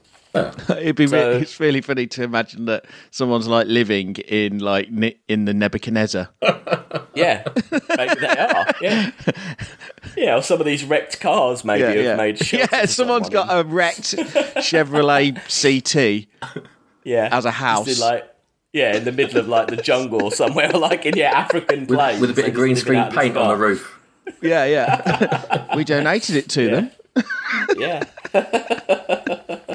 [SPEAKER 1] It'd be
[SPEAKER 2] So-
[SPEAKER 1] re- it's really funny to imagine that someone's like living in like ne- in the Nebuchadnezzar.
[SPEAKER 2] Yeah, maybe they are. Yeah, yeah. Or some of these wrecked cars maybe have made. shelters
[SPEAKER 1] Yeah,
[SPEAKER 2] for
[SPEAKER 1] someone's
[SPEAKER 2] someone.
[SPEAKER 1] got a wrecked Chevrolet CT.
[SPEAKER 2] yeah
[SPEAKER 1] as a house.
[SPEAKER 2] Just in, like yeah, in the middle of like the jungle or somewhere, like in your African place,
[SPEAKER 3] with a bit of green screen paint on the roof.
[SPEAKER 1] Yeah, yeah. we donated it to them.
[SPEAKER 2] Yeah.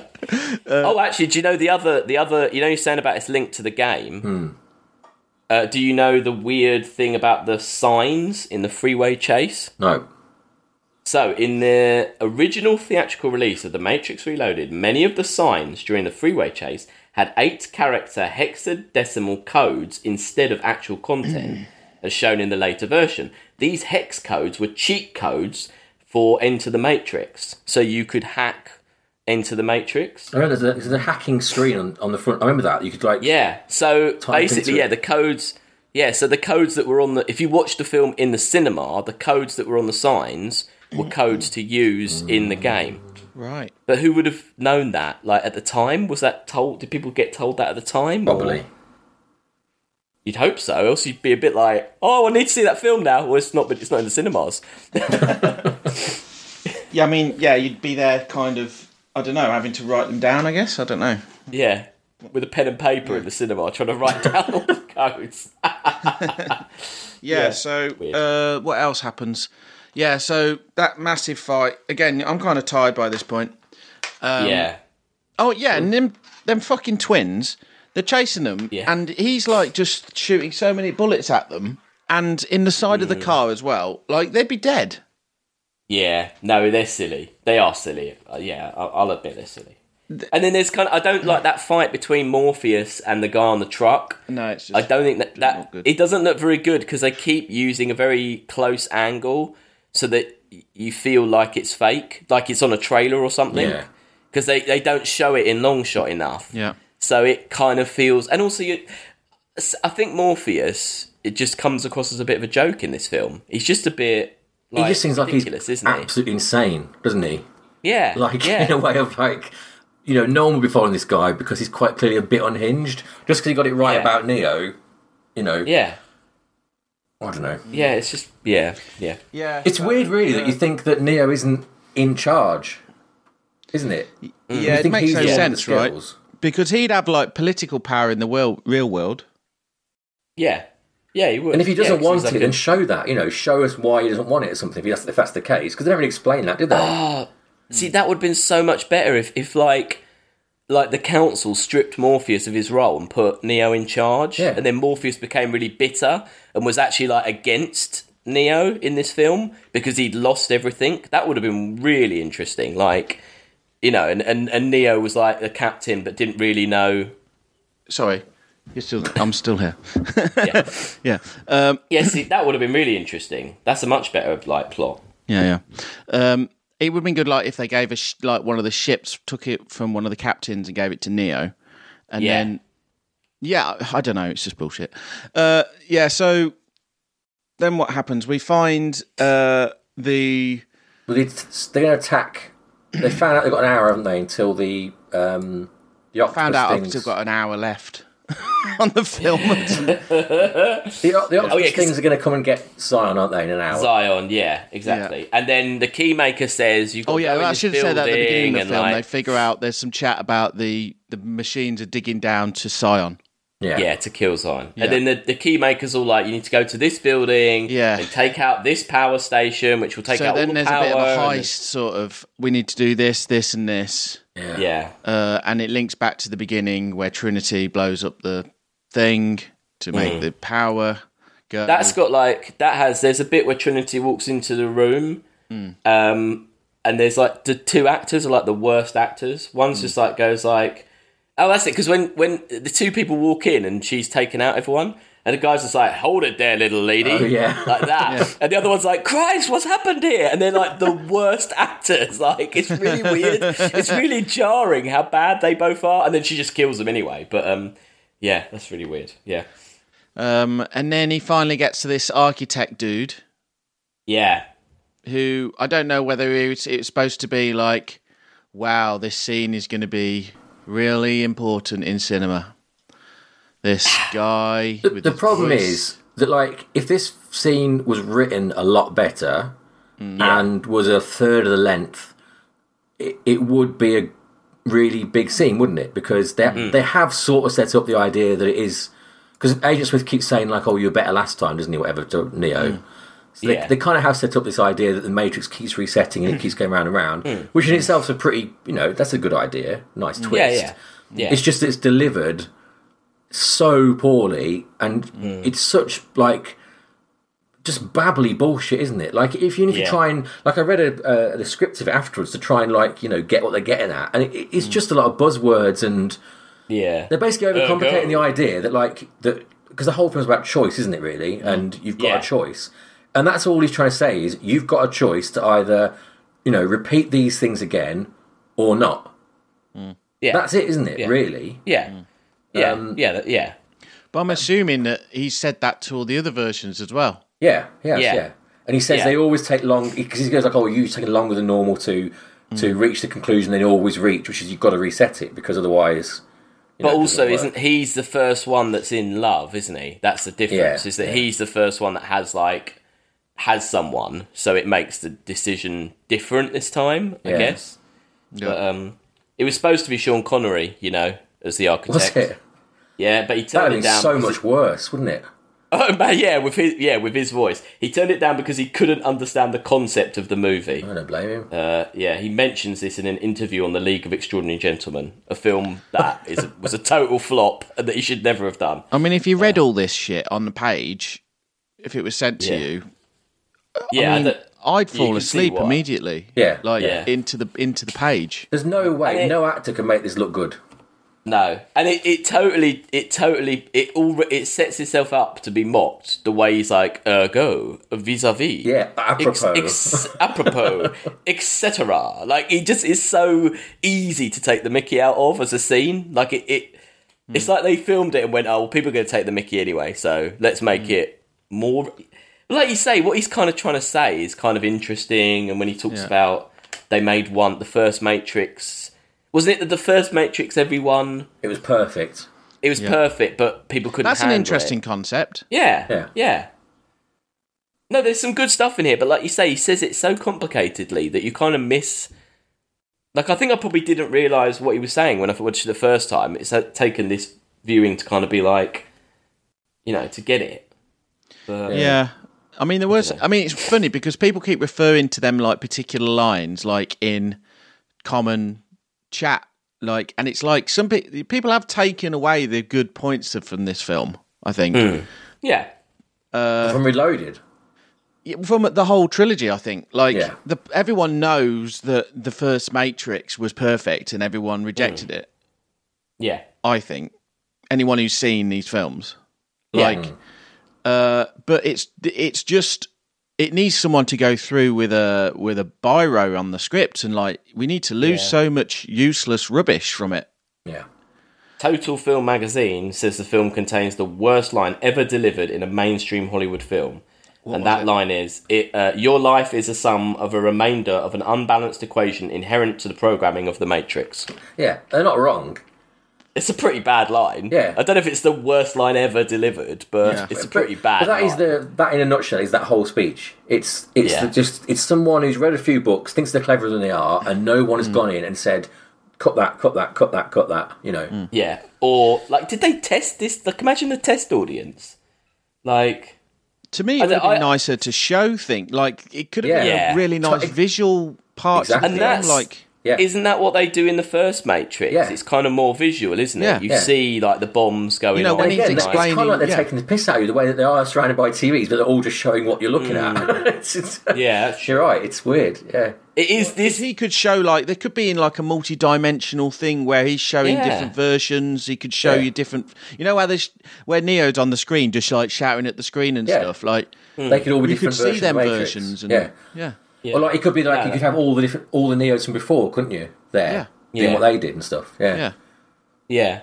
[SPEAKER 1] Uh,
[SPEAKER 2] oh, actually, do you know the other? The other, you know, you're saying about it's linked to the game.
[SPEAKER 3] Hmm.
[SPEAKER 2] Uh, do you know the weird thing about the signs in the freeway chase?
[SPEAKER 3] No.
[SPEAKER 2] So, in the original theatrical release of The Matrix Reloaded, many of the signs during the freeway chase had eight character hexadecimal codes instead of actual content, as shown in the later version. These hex codes were cheat codes for Enter the Matrix, so you could hack Enter the Matrix.
[SPEAKER 3] I remember there's a, there's a hacking screen on, on the front. I remember that. You could like
[SPEAKER 2] Yeah, so
[SPEAKER 3] Type into
[SPEAKER 2] basically,
[SPEAKER 3] it.
[SPEAKER 2] yeah, the codes. Yeah, so the codes that were on the. If you watched the film in the cinema, the codes that were on the signs were codes to use in
[SPEAKER 3] Mm.
[SPEAKER 2] the game.
[SPEAKER 1] Right.
[SPEAKER 2] But who would have known that? Like at the time, was that told? Did people get told that at the time? Or-
[SPEAKER 3] probably.
[SPEAKER 2] You'd hope so. Else you'd be a bit like, "Oh, I need to see that film now." Well, it's not. But it's not in the cinemas.
[SPEAKER 1] Yeah, I mean, yeah, you'd be there kind of, I don't know, having to write them down, I guess. I don't know.
[SPEAKER 2] Yeah, with a pen and paper in the cinema, trying to write down all the codes.
[SPEAKER 1] Yeah, so uh, what else happens? Yeah, so that massive fight. Again, I'm kind of tired by this point.
[SPEAKER 2] yeah,
[SPEAKER 1] Oh, yeah, and them, them fucking twins, they're chasing them,
[SPEAKER 2] Yeah.
[SPEAKER 1] and he's like just shooting so many bullets at them, and in the side of the car as well. Like, they'd be dead.
[SPEAKER 2] yeah. No, they're silly. They are silly. Uh, yeah, I'll, I'll admit they're silly. And then there's kind of I don't like that fight between Morpheus and the guy on the truck.
[SPEAKER 1] No, it's just.
[SPEAKER 2] I don't think that, that
[SPEAKER 1] look good.
[SPEAKER 2] it doesn't look very good because they keep using a very close angle so that y- you feel like it's fake, like it's on a trailer or something.
[SPEAKER 3] Yeah.
[SPEAKER 2] Because they, they don't show it in long shot enough.
[SPEAKER 1] Yeah.
[SPEAKER 2] So it kind of feels, and also you, s- I think Morpheus it just comes across as a bit of a joke in this film. He's just a bit. Like,
[SPEAKER 3] He just seems like he's
[SPEAKER 2] ridiculous, isn't he?
[SPEAKER 3] absolutely insane, doesn't he?
[SPEAKER 2] yeah,
[SPEAKER 3] Like
[SPEAKER 2] yeah.
[SPEAKER 3] in a way of like, you know, no one would be following this guy because he's quite clearly a bit unhinged. Just because he got it right
[SPEAKER 2] Yeah.
[SPEAKER 3] about Neo, you know,
[SPEAKER 2] yeah,
[SPEAKER 3] I don't know.
[SPEAKER 2] yeah. It's just yeah, yeah.
[SPEAKER 1] Yeah.
[SPEAKER 3] It's weird, really, that you think that Neo isn't in charge, isn't it?
[SPEAKER 1] Yeah,
[SPEAKER 3] You
[SPEAKER 1] it
[SPEAKER 3] think
[SPEAKER 1] makes
[SPEAKER 3] he's
[SPEAKER 1] no
[SPEAKER 3] the one with the
[SPEAKER 1] sense, right?
[SPEAKER 3] skills?
[SPEAKER 1] Because he'd have like political power in the world, real world.
[SPEAKER 2] Yeah, yeah, he would.
[SPEAKER 3] And if he
[SPEAKER 2] Yeah,
[SPEAKER 3] doesn't
[SPEAKER 2] 'cause
[SPEAKER 3] want
[SPEAKER 2] he's
[SPEAKER 3] it,
[SPEAKER 2] like a-
[SPEAKER 3] then show that. You know, show us why he doesn't want it or something. If that's, if that's the case, because they don't really explain that, did they?
[SPEAKER 2] Oh. See, that would have been so much better if, if like, like the council stripped Morpheus of his role and put Neo in charge,
[SPEAKER 3] Yeah.
[SPEAKER 2] and then Morpheus became really bitter and was actually like against Neo in this film because he'd lost everything. That would have been really interesting. Like, you know, and and, and Neo was like the captain, but didn't really know.
[SPEAKER 1] Sorry, you're still. I'm still here.
[SPEAKER 2] Yeah,
[SPEAKER 1] Yeah. Um,
[SPEAKER 2] yeah. See, that would have been really interesting. That's a much better like plot.
[SPEAKER 1] Yeah, yeah. Um, it would have been good, like if they gave a sh- like one of the ships took it from one of the captains and gave it to Neo, and
[SPEAKER 2] Yeah.
[SPEAKER 1] then yeah, I don't know, it's just bullshit. Uh, yeah, so then what happens? We find uh, the
[SPEAKER 3] Well, they, they're going to attack. They found out they've got an hour, haven't they, until the um, the octopus
[SPEAKER 1] found out I've
[SPEAKER 3] things.
[SPEAKER 1] still got an hour left on the film.
[SPEAKER 3] The, o- the octopus
[SPEAKER 2] Oh, yeah, 'cause-
[SPEAKER 3] things are going to come and get Zion, aren't they? In an hour.
[SPEAKER 2] Zion, yeah, exactly. And then the keymaker says, "You."
[SPEAKER 1] oh yeah, I should have said that at the beginning of the film.
[SPEAKER 2] Like,
[SPEAKER 1] They figure out there's some chat about the the machines are digging down to Scion.
[SPEAKER 3] yeah.
[SPEAKER 2] Yeah, to kill Zion. And then the, the key maker's all like, you need to go to this building
[SPEAKER 1] Yeah.
[SPEAKER 2] and take out this power station, which will take
[SPEAKER 1] So
[SPEAKER 2] out all
[SPEAKER 1] then
[SPEAKER 2] the
[SPEAKER 1] there's
[SPEAKER 2] power.
[SPEAKER 1] a bit of a
[SPEAKER 2] and
[SPEAKER 1] heist, sort of. We need to do this, this, and this.
[SPEAKER 2] the- yeah.
[SPEAKER 1] uh, and it links back to the beginning where Trinity blows up the thing to make the power go.
[SPEAKER 2] Mm. That's got like, that has, there's a bit where Trinity walks into the room. Um, and there's like the two actors are like the worst actors. One's just like goes like, oh, that's it. Because when when the two people walk in and she's taken out everyone, and the guy's just like, hold it there, little lady,
[SPEAKER 3] Oh, yeah.
[SPEAKER 2] like that. And the other one's like, Christ, what's happened here? And they're like the worst actors. Like it's really weird. It's really jarring how bad they both are. And then she just kills them anyway. But um, yeah, that's really weird. Yeah,
[SPEAKER 1] um, and then he finally gets to this architect dude
[SPEAKER 2] yeah.
[SPEAKER 1] who I don't know whether it was, it was supposed to be like, wow, this scene is going to be really important in cinema. This guy.
[SPEAKER 3] The,
[SPEAKER 1] with
[SPEAKER 3] the
[SPEAKER 1] his
[SPEAKER 3] problem
[SPEAKER 1] voice.
[SPEAKER 3] is that, like, if this scene was written a lot better
[SPEAKER 2] Mm,
[SPEAKER 3] and was a third of the length, it, it would be a really big scene, wouldn't it? Because they
[SPEAKER 2] Mm.
[SPEAKER 3] they have sort of set up the idea that it is because Agent Smith keeps saying like, "Oh, you were better last time," doesn't he? Whatever to Neo. So they,
[SPEAKER 2] Mm. Yeah.
[SPEAKER 3] they kind of have set up this idea that the Matrix keeps resetting and it keeps going round and round,
[SPEAKER 2] Mm.
[SPEAKER 3] which in itself is a pretty, you know, that's a good idea, nice twist.
[SPEAKER 2] Yeah, yeah. Yeah.
[SPEAKER 3] It's just that it's delivered so poorly, and
[SPEAKER 2] Mm.
[SPEAKER 3] it's such like just babbly bullshit, isn't it? Like if you need to
[SPEAKER 2] Yeah.
[SPEAKER 3] try and like I read a, uh, the script of it afterwards to try and like you know get what they're getting at, and it,
[SPEAKER 2] Mm.
[SPEAKER 3] it's just a lot of buzzwords, and
[SPEAKER 2] Yeah.
[SPEAKER 3] they're basically overcomplicating
[SPEAKER 2] go.
[SPEAKER 3] the idea that like that because the whole film's about choice, isn't it? Really, and you've got
[SPEAKER 2] Mm. Yeah.
[SPEAKER 3] a choice, and that's all he's trying to say is you've got a choice to either you know repeat these things again or not.
[SPEAKER 2] Mm. Yeah.
[SPEAKER 3] That's it, isn't it? Really.
[SPEAKER 2] Yeah. Yeah. yeah. that- Yeah.
[SPEAKER 1] But I'm assuming that he said that to all the other versions as well.
[SPEAKER 3] Yeah, yeah,
[SPEAKER 2] Yeah.
[SPEAKER 3] yeah. And he says
[SPEAKER 2] Yeah.
[SPEAKER 3] they always take long because he goes like, "Oh, you taking longer than normal to
[SPEAKER 2] Mm.
[SPEAKER 3] to reach the conclusion they always reach, which is you've got to reset it because otherwise." you know,
[SPEAKER 2] But
[SPEAKER 3] it
[SPEAKER 2] also,
[SPEAKER 3] doesn't work."
[SPEAKER 2] isn't he's the first one that's in love, isn't he? That's the difference.
[SPEAKER 3] Yeah,
[SPEAKER 2] is that
[SPEAKER 3] yeah.
[SPEAKER 2] he's the first one that has like has someone, so it makes the decision different this time. I
[SPEAKER 3] Yeah.
[SPEAKER 2] guess. But um, it was supposed to be Sean Connery, you know, as the architect.
[SPEAKER 3] was it?
[SPEAKER 2] Yeah, but he
[SPEAKER 3] That
[SPEAKER 2] turned
[SPEAKER 3] would
[SPEAKER 2] it
[SPEAKER 3] be
[SPEAKER 2] down.
[SPEAKER 3] so
[SPEAKER 2] because
[SPEAKER 3] much worse, wouldn't it?
[SPEAKER 2] Oh man, yeah, with his yeah, with his voice, he turned it down because he couldn't understand the concept of the movie.
[SPEAKER 3] I don't blame him.
[SPEAKER 2] Uh, yeah, he mentions this in an interview on the League of Extraordinary Gentlemen, a film that is was a total flop and that he should never have done.
[SPEAKER 1] I mean, if you read all this shit on the page, if it was sent to
[SPEAKER 2] Yeah.
[SPEAKER 1] you,
[SPEAKER 2] Yeah,
[SPEAKER 1] I mean,
[SPEAKER 2] that-
[SPEAKER 1] I'd fall
[SPEAKER 2] can see
[SPEAKER 1] asleep
[SPEAKER 2] why.
[SPEAKER 1] immediately.
[SPEAKER 3] Yeah.
[SPEAKER 1] like
[SPEAKER 2] Yeah.
[SPEAKER 1] into the into the page.
[SPEAKER 3] There's no way
[SPEAKER 2] it-
[SPEAKER 3] no actor can make this look good.
[SPEAKER 2] no, and it, it totally, it totally, it all, it sets itself up to be mocked. The way he's like, ergo, vis-a-vis,
[SPEAKER 3] Yeah,
[SPEAKER 2] ex-
[SPEAKER 3] apropos.
[SPEAKER 2] ex- apropos, etc. Like it just is so easy to take the Mickey out of as a scene. Like it, it
[SPEAKER 1] Hmm.
[SPEAKER 2] it's like they filmed it and went, "Oh, well, people are going to take the Mickey anyway, so let's make
[SPEAKER 1] Hmm.
[SPEAKER 2] it more." Like you say, what he's kind of trying to say is kind of interesting. And when he talks
[SPEAKER 1] Yeah.
[SPEAKER 2] about they made one, the first Matrix, wasn't it that the first Matrix everyone
[SPEAKER 3] it was perfect.
[SPEAKER 2] it was perfect, but people couldn't.
[SPEAKER 1] That's an
[SPEAKER 2] handle it?
[SPEAKER 1] interesting concept.
[SPEAKER 2] Yeah,
[SPEAKER 3] Yeah.
[SPEAKER 2] yeah, yeah. No, there's some good stuff in here, but like you say, he says it so complicatedly that you kind of miss. Like, I think I probably didn't realise what he was saying when I watched it the first time. It's uh, taken this viewing to kind of be like, you know, to get it. But,
[SPEAKER 1] Yeah. I mean, there was. I mean, it's funny because people keep referring to them like particular lines, like in common chat, like, and it's like some pe- people have taken away the good points of- from this film. I
[SPEAKER 2] Hmm.
[SPEAKER 1] think
[SPEAKER 2] Yeah. Uh.
[SPEAKER 3] From Reloaded.
[SPEAKER 1] from the whole trilogy. I think like
[SPEAKER 3] Yeah.
[SPEAKER 1] the, everyone knows that the first Matrix was perfect, and
[SPEAKER 2] Mm.
[SPEAKER 1] everyone rejected it.
[SPEAKER 2] Yeah.
[SPEAKER 1] I think anyone who's seen these films,
[SPEAKER 2] Yeah. Mm.
[SPEAKER 1] like, uh, but it's it's just it needs someone to go through with a with a biro on the script and like we need to lose so much useless rubbish from it.
[SPEAKER 3] Yeah.
[SPEAKER 2] Total Film magazine says the film contains the worst line ever delivered in a mainstream Hollywood film. and that line is it, uh, Your life is a sum of a remainder of an unbalanced equation inherent to the programming of the Matrix.
[SPEAKER 3] Yeah. They're not wrong.
[SPEAKER 2] It's a pretty bad line.
[SPEAKER 3] Yeah.
[SPEAKER 2] I don't know if it's the worst line ever delivered, but it's a pretty bad
[SPEAKER 3] But that
[SPEAKER 2] line.
[SPEAKER 3] is the that in a nutshell is that whole speech. It's it's
[SPEAKER 2] Yeah.
[SPEAKER 3] the, just it's someone who's read a few books, thinks they're cleverer than they are, and no one has
[SPEAKER 2] Mm.
[SPEAKER 3] gone in and said, "Cut that, cut that, cut that, cut that." You
[SPEAKER 2] Mm.
[SPEAKER 3] know,
[SPEAKER 2] Yeah. Or, like, did they test this? Like, imagine the test audience. Like,
[SPEAKER 1] To me, it would
[SPEAKER 2] don't-
[SPEAKER 1] have been
[SPEAKER 2] I-
[SPEAKER 1] nicer to show things like it could have been
[SPEAKER 2] Yeah.
[SPEAKER 1] a really nice
[SPEAKER 3] Totally.
[SPEAKER 1] visual part.
[SPEAKER 3] Exactly.
[SPEAKER 1] Of
[SPEAKER 2] And
[SPEAKER 1] the film,
[SPEAKER 2] that's-
[SPEAKER 1] like
[SPEAKER 3] yeah,
[SPEAKER 2] Isn't that what they do in the first Matrix?
[SPEAKER 3] Yeah.
[SPEAKER 2] It's kind of more visual, isn't it?
[SPEAKER 1] Yeah.
[SPEAKER 2] you
[SPEAKER 3] Yeah.
[SPEAKER 2] see like the bombs going
[SPEAKER 1] You know,
[SPEAKER 2] on.
[SPEAKER 1] when
[SPEAKER 3] And
[SPEAKER 1] he's
[SPEAKER 2] and,
[SPEAKER 3] again, it's
[SPEAKER 2] like-
[SPEAKER 1] explaining-
[SPEAKER 3] kind of like they're
[SPEAKER 1] yeah.
[SPEAKER 3] taking the piss out of you the way that they are surrounded by TVs, but they're all just showing what you're looking at. it's, it's,
[SPEAKER 2] Mm. Yeah, that's
[SPEAKER 3] you're right. It's weird. Yeah,
[SPEAKER 2] it is this.
[SPEAKER 1] he could show like there could be in like a multi-dimensional thing where he's showing
[SPEAKER 2] Yeah.
[SPEAKER 1] different versions he could show
[SPEAKER 3] Yeah.
[SPEAKER 1] you different you know how there's where neo's on the screen just like shouting at the screen and
[SPEAKER 3] Yeah.
[SPEAKER 1] stuff like
[SPEAKER 3] they could all be
[SPEAKER 1] you could
[SPEAKER 3] different
[SPEAKER 1] see
[SPEAKER 3] versions.
[SPEAKER 1] them
[SPEAKER 3] of Matrix.
[SPEAKER 1] versions and
[SPEAKER 3] yeah.
[SPEAKER 1] yeah
[SPEAKER 2] Mm. Yeah.
[SPEAKER 3] Or like it could be like
[SPEAKER 2] No,
[SPEAKER 3] you
[SPEAKER 2] no.
[SPEAKER 3] could have all the different all the neos from before, couldn't you? There,
[SPEAKER 2] Yeah.
[SPEAKER 3] doing
[SPEAKER 2] Yeah.
[SPEAKER 3] what they did and stuff. Yeah,
[SPEAKER 1] yeah
[SPEAKER 2] Yeah.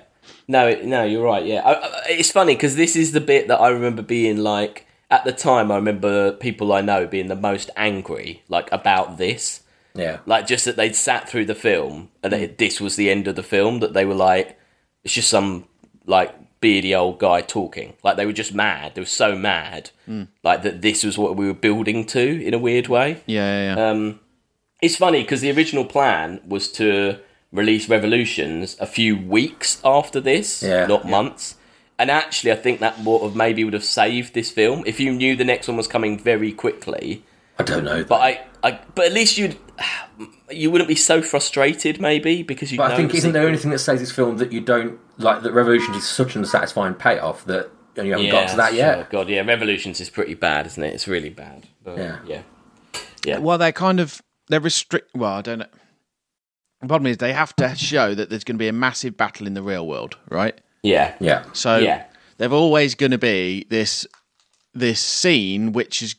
[SPEAKER 2] No, it, no, you're right. Yeah, I, I, it's funny because this is the bit that I remember being like at the time. I remember people I know being the most angry like about this,
[SPEAKER 3] yeah.
[SPEAKER 2] like just that they'd sat through the film and
[SPEAKER 3] Hmm.
[SPEAKER 2] that this was the end of the film. That they were like, it's just some like beardy old guy talking. Like they were just mad. They were so mad.
[SPEAKER 3] Hmm.
[SPEAKER 2] Like that this was what we were building to in a weird way.
[SPEAKER 1] yeah yeah, yeah.
[SPEAKER 3] Um,
[SPEAKER 2] It's funny because the original plan was to release Revolutions a few weeks after this,
[SPEAKER 3] Yeah.
[SPEAKER 2] not months. And actually, I think that would have maybe would have saved this film if you knew the next one was coming very quickly.
[SPEAKER 3] I don't know.
[SPEAKER 2] But I, I but at least you'd you wouldn't be so frustrated maybe because you.
[SPEAKER 3] But I think
[SPEAKER 2] it's
[SPEAKER 3] isn't there anything that says this film that you don't like that Revolution is such an unsatisfying payoff that you haven't
[SPEAKER 2] yeah,
[SPEAKER 3] got to that yet?
[SPEAKER 2] sure. God, yeah, Revolutions is pretty bad, isn't it? It's really bad. But,
[SPEAKER 3] Yeah.
[SPEAKER 2] yeah,
[SPEAKER 1] well they're kind of they're restrict well i don't know the problem is they have to show that there's going to be a massive battle in the real world right
[SPEAKER 2] yeah,
[SPEAKER 3] Yeah,
[SPEAKER 1] So
[SPEAKER 2] Yeah.
[SPEAKER 1] they're always going to be this this scene which is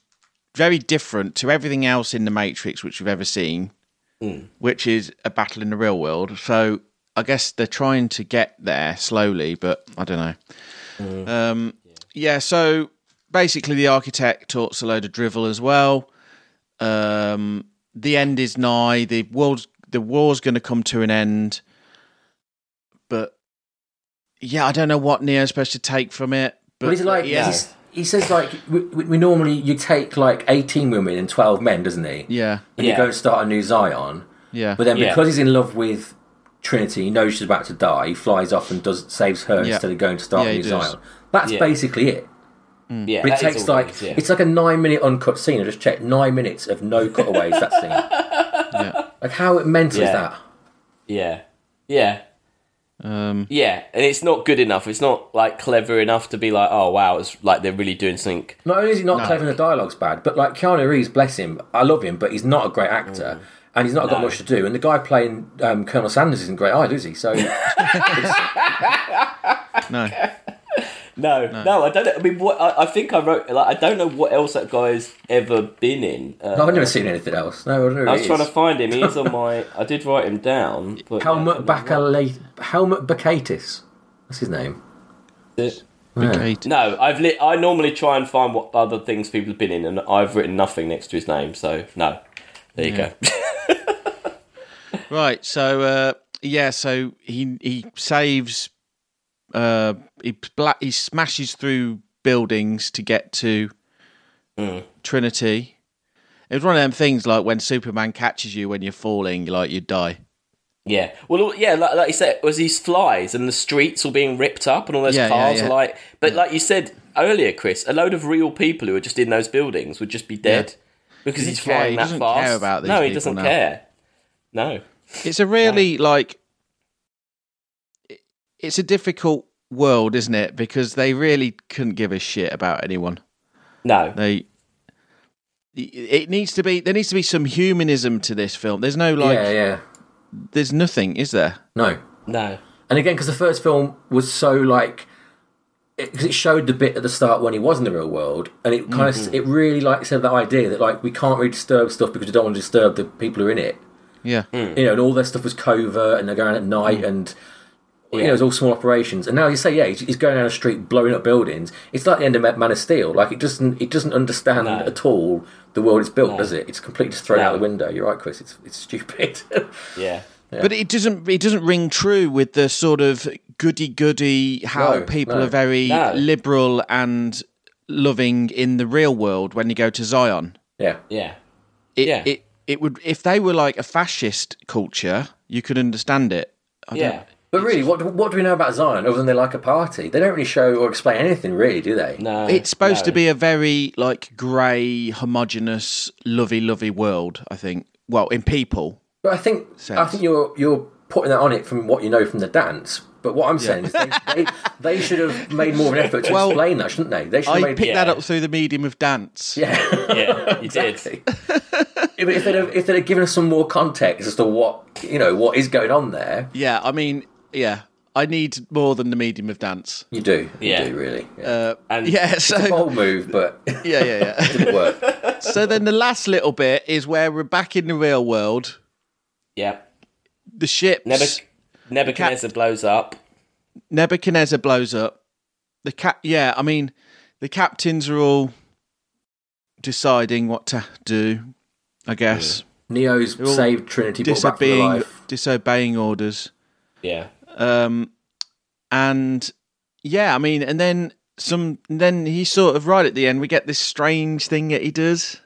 [SPEAKER 1] very different to everything else in the Matrix which we've ever seen, which is a battle in the real world. So I guess they're trying to get there slowly, but I don't know. Um, yeah. So basically, the architect talks a load of drivel as well. Um, the end is nigh. The world's the war's going to come to an end, but yeah, I don't know what Neo's supposed to take from it. But
[SPEAKER 3] but he's like
[SPEAKER 1] yeah,
[SPEAKER 3] he's, he says like we, we we normally you take like eighteen women and twelve men, doesn't he?
[SPEAKER 1] yeah,
[SPEAKER 3] And
[SPEAKER 2] Yeah.
[SPEAKER 3] you go and start a new Zion,
[SPEAKER 1] yeah,
[SPEAKER 3] but then
[SPEAKER 2] Yeah.
[SPEAKER 3] because he's in love with Trinity, he knows she's about to die. He flies off and does saves her
[SPEAKER 1] Yeah.
[SPEAKER 3] instead of going to start
[SPEAKER 1] Yeah,
[SPEAKER 3] a
[SPEAKER 1] he
[SPEAKER 3] new
[SPEAKER 1] does.
[SPEAKER 3] Zion. That's
[SPEAKER 2] Yeah.
[SPEAKER 3] basically it.
[SPEAKER 2] yeah. that
[SPEAKER 3] But it
[SPEAKER 2] is
[SPEAKER 3] takes
[SPEAKER 2] all it
[SPEAKER 3] like
[SPEAKER 2] is, yeah.
[SPEAKER 3] it's like a nine minute uncut scene. I just checked nine minutes of no cutaways. that scene,
[SPEAKER 1] yeah.
[SPEAKER 3] like how mental
[SPEAKER 2] Yeah.
[SPEAKER 3] is that?
[SPEAKER 2] Yeah. Yeah. Um, yeah, and it's not good enough. It's not like clever enough to be like, oh wow, it's like they're really doing something.
[SPEAKER 3] Not only is he not clever and the dialogue's bad, but like Keanu Reeves, bless him, I love him, but he's not a great actor
[SPEAKER 2] Mm.
[SPEAKER 3] and he's not got much to do. And the guy playing um, Colonel Sanders isn't great either, is he? So
[SPEAKER 1] No,
[SPEAKER 2] No, no, I don't. know- I mean, what I, I think I wrote. Like, I don't know what else that guy's ever been in. Uh,
[SPEAKER 3] no, I've never seen anything else. No, I don't know. who
[SPEAKER 2] I
[SPEAKER 3] it
[SPEAKER 2] was
[SPEAKER 3] is.
[SPEAKER 2] trying to find him. He is on my. I did write him down. But
[SPEAKER 3] Helmut Bacala- Helmut Bacatis. That's his name.
[SPEAKER 1] Kate.
[SPEAKER 2] No, I've lit. I normally try and find what other things people have been in, and I've written nothing next to his name. So no, there you go.
[SPEAKER 1] Right. So uh, yeah. So he he saves. Uh, he bla- he smashes through buildings to get to Trinity. It was one of them things like when Superman catches you when you're falling, like you die.
[SPEAKER 2] Yeah. Well, yeah, like, like you said, it was these flies and the streets all being ripped up and all those
[SPEAKER 1] Yeah, yeah,
[SPEAKER 2] cars.
[SPEAKER 1] yeah.
[SPEAKER 2] are Like, but like you said earlier, Chris, a load of real people who are just in those buildings would just be dead because he's
[SPEAKER 1] care-
[SPEAKER 2] flying
[SPEAKER 1] he
[SPEAKER 2] that
[SPEAKER 1] doesn't
[SPEAKER 2] fast.
[SPEAKER 1] care about these
[SPEAKER 2] no, he
[SPEAKER 1] people
[SPEAKER 2] doesn't
[SPEAKER 1] now.
[SPEAKER 2] care. No.
[SPEAKER 1] It's a really like it- it's a difficult world, isn't it? Because they really couldn't give a shit about anyone.
[SPEAKER 2] No.
[SPEAKER 1] They it needs to be there needs to be some humanism to this film. There's no like
[SPEAKER 3] yeah, yeah.
[SPEAKER 1] there's nothing, is there?
[SPEAKER 3] No,
[SPEAKER 2] No.
[SPEAKER 3] And again, because the first film was so like, because it, showed the bit at the start when he was in the real world, and it kind
[SPEAKER 2] Mm-hmm.
[SPEAKER 3] of it really like said that idea that like we can't really disturb stuff because we don't want to disturb the people who are in it.
[SPEAKER 1] Yeah.
[SPEAKER 2] Hmm.
[SPEAKER 3] You know, and all their stuff was covert, and they're going out at
[SPEAKER 2] Mm.
[SPEAKER 3] night, and you know, it was all small operations. And now you say, yeah, he's, he's going down a street blowing up buildings. It's like the end of Ma- Man of Steel. Like it doesn't it doesn't understand
[SPEAKER 2] No.
[SPEAKER 3] at all the world it's built, does it? It's completely just thrown
[SPEAKER 2] No.
[SPEAKER 3] out the window. You're right, Chris. It's it's stupid.
[SPEAKER 2] Yeah.
[SPEAKER 1] But it doesn't it doesn't ring true with the sort of goody goody how
[SPEAKER 3] No,
[SPEAKER 1] people
[SPEAKER 3] no.
[SPEAKER 1] are very
[SPEAKER 2] No.
[SPEAKER 1] liberal and loving in the real world when you go to Zion.
[SPEAKER 3] yeah.
[SPEAKER 2] Yeah.
[SPEAKER 1] It,
[SPEAKER 2] Yeah.
[SPEAKER 1] it it would if they were like a fascist culture, you could understand it. I don't-
[SPEAKER 2] Yeah.
[SPEAKER 3] But really, what what do we know about Zion other than they like a party? They don't really show or explain anything, really, do they?
[SPEAKER 2] No.
[SPEAKER 1] It's supposed to
[SPEAKER 2] no.
[SPEAKER 1] be a very like grey, homogenous, lovey-lovey world. I think. Well, in people,
[SPEAKER 3] But I think I think you're you're putting that on it from what you know from the dance. But what I'm saying is they, they, they should have made more of an effort to
[SPEAKER 1] Well,
[SPEAKER 3] explain that, shouldn't they? They should have
[SPEAKER 1] I
[SPEAKER 3] made
[SPEAKER 1] picked that
[SPEAKER 2] yeah.
[SPEAKER 1] up through the medium of dance.
[SPEAKER 3] yeah.
[SPEAKER 2] Yeah. You did.
[SPEAKER 3] If- if they'd have, if they'd have given us some more context as to what you know what is going on there,
[SPEAKER 1] Yeah, I mean, yeah, I need more than the medium of dance.
[SPEAKER 3] you do, you
[SPEAKER 2] Yeah.
[SPEAKER 3] do really. Yeah.
[SPEAKER 1] Uh,
[SPEAKER 2] And-
[SPEAKER 1] yeah, so
[SPEAKER 3] Bold move, but it
[SPEAKER 1] yeah, yeah, yeah.
[SPEAKER 3] didn't work.
[SPEAKER 1] so then the last little bit is where we're back in the real world.
[SPEAKER 2] Yeah.
[SPEAKER 1] The ships.
[SPEAKER 2] Nebuch- Nebuchadnezzar blows up.
[SPEAKER 1] Nebuchadnezzar blows up. The cap. Yeah, I mean, the captains are all deciding what to do. I guess
[SPEAKER 3] Neo's
[SPEAKER 1] all
[SPEAKER 3] saved Trinity, brought back from the
[SPEAKER 1] disobeying
[SPEAKER 3] life.
[SPEAKER 1] disobeying orders.
[SPEAKER 2] Yeah.
[SPEAKER 1] Um, and yeah, I mean, and then some. Then he sort of right at the end, we get this strange thing that he does.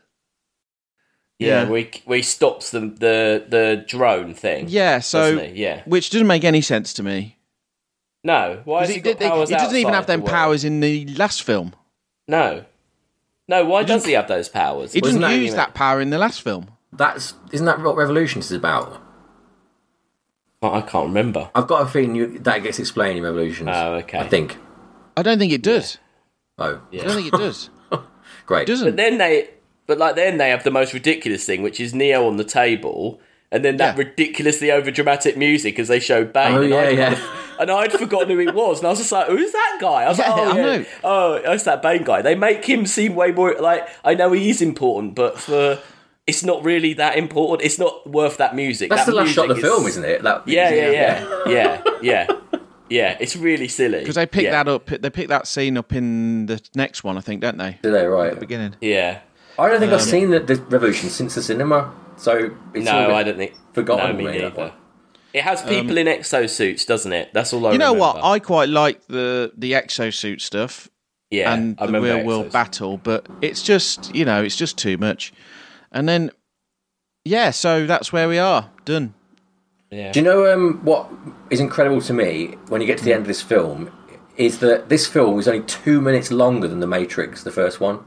[SPEAKER 2] Yeah.
[SPEAKER 1] Yeah.
[SPEAKER 2] We we stops the the the drone thing.
[SPEAKER 1] Yeah, so
[SPEAKER 2] doesn't he? yeah.
[SPEAKER 1] which doesn't make any sense to me.
[SPEAKER 2] No. Why has
[SPEAKER 1] 'Cause
[SPEAKER 2] he,
[SPEAKER 1] He,
[SPEAKER 2] got
[SPEAKER 1] did- they-
[SPEAKER 2] powers
[SPEAKER 1] he doesn't even
[SPEAKER 2] outside
[SPEAKER 1] have them
[SPEAKER 2] the world?
[SPEAKER 1] powers in the last film.
[SPEAKER 2] No. No, why does he have those powers?
[SPEAKER 1] He doesn't
[SPEAKER 3] Wasn't that-
[SPEAKER 1] use that power in the last film.
[SPEAKER 3] That's isn't that what Revolutions is about?
[SPEAKER 2] Oh, I can't remember.
[SPEAKER 3] I've got a feeling you, that gets explained in Revolutions.
[SPEAKER 2] Oh, okay.
[SPEAKER 3] I think.
[SPEAKER 1] I don't think it does.
[SPEAKER 3] Oh,
[SPEAKER 1] I don't think it does.
[SPEAKER 3] great.
[SPEAKER 1] It doesn't.
[SPEAKER 2] Then they, but like then they have the most ridiculous thing, which is Neo on the table, and then that
[SPEAKER 1] Yeah.
[SPEAKER 2] ridiculously over dramatic music as they show Bane.
[SPEAKER 3] Oh,
[SPEAKER 2] and
[SPEAKER 3] yeah,
[SPEAKER 2] I'd,
[SPEAKER 3] yeah.
[SPEAKER 2] And I'd forgotten who he was, and I was just like, "Who's that guy?" I was
[SPEAKER 1] Yeah,
[SPEAKER 2] like, "Oh,
[SPEAKER 1] I
[SPEAKER 2] yeah.
[SPEAKER 1] know.
[SPEAKER 2] oh, it's that Bane guy." They make him seem way more like I know he is important, but for it's not really that important. It's not worth that music.
[SPEAKER 3] That's
[SPEAKER 2] That
[SPEAKER 3] the last shot of the
[SPEAKER 2] music
[SPEAKER 3] film,
[SPEAKER 2] is-
[SPEAKER 3] isn't it? That
[SPEAKER 2] Yeah, yeah, yeah, yeah, yeah, yeah. It's really silly
[SPEAKER 1] Because they pick that up. They pick that scene up in the next one, I think, don't they?
[SPEAKER 3] Do they right?
[SPEAKER 1] Beginning.
[SPEAKER 2] Yeah.
[SPEAKER 3] I don't think I've seen the, the Revolution since the cinema, so it's all
[SPEAKER 2] Um, No,
[SPEAKER 3] been
[SPEAKER 2] I don't think.
[SPEAKER 3] forgotten.
[SPEAKER 2] no, me
[SPEAKER 3] really, that
[SPEAKER 2] neither.
[SPEAKER 3] one.
[SPEAKER 2] It has people in exosuits, doesn't it? That's all I
[SPEAKER 1] Um, You know what?
[SPEAKER 2] remember.
[SPEAKER 1] I quite like the the exosuit stuff
[SPEAKER 2] yeah,
[SPEAKER 1] and
[SPEAKER 2] I
[SPEAKER 1] the
[SPEAKER 2] remember
[SPEAKER 1] real world
[SPEAKER 2] exosuits.
[SPEAKER 1] battle, but it's just you know it's just too much. And then yeah, so that's where we are. Done.
[SPEAKER 3] Do you know um, what is incredible to me when you get
[SPEAKER 2] Hmm.
[SPEAKER 3] to the end of this film is that this film was only two minutes longer than The Matrix, the first one.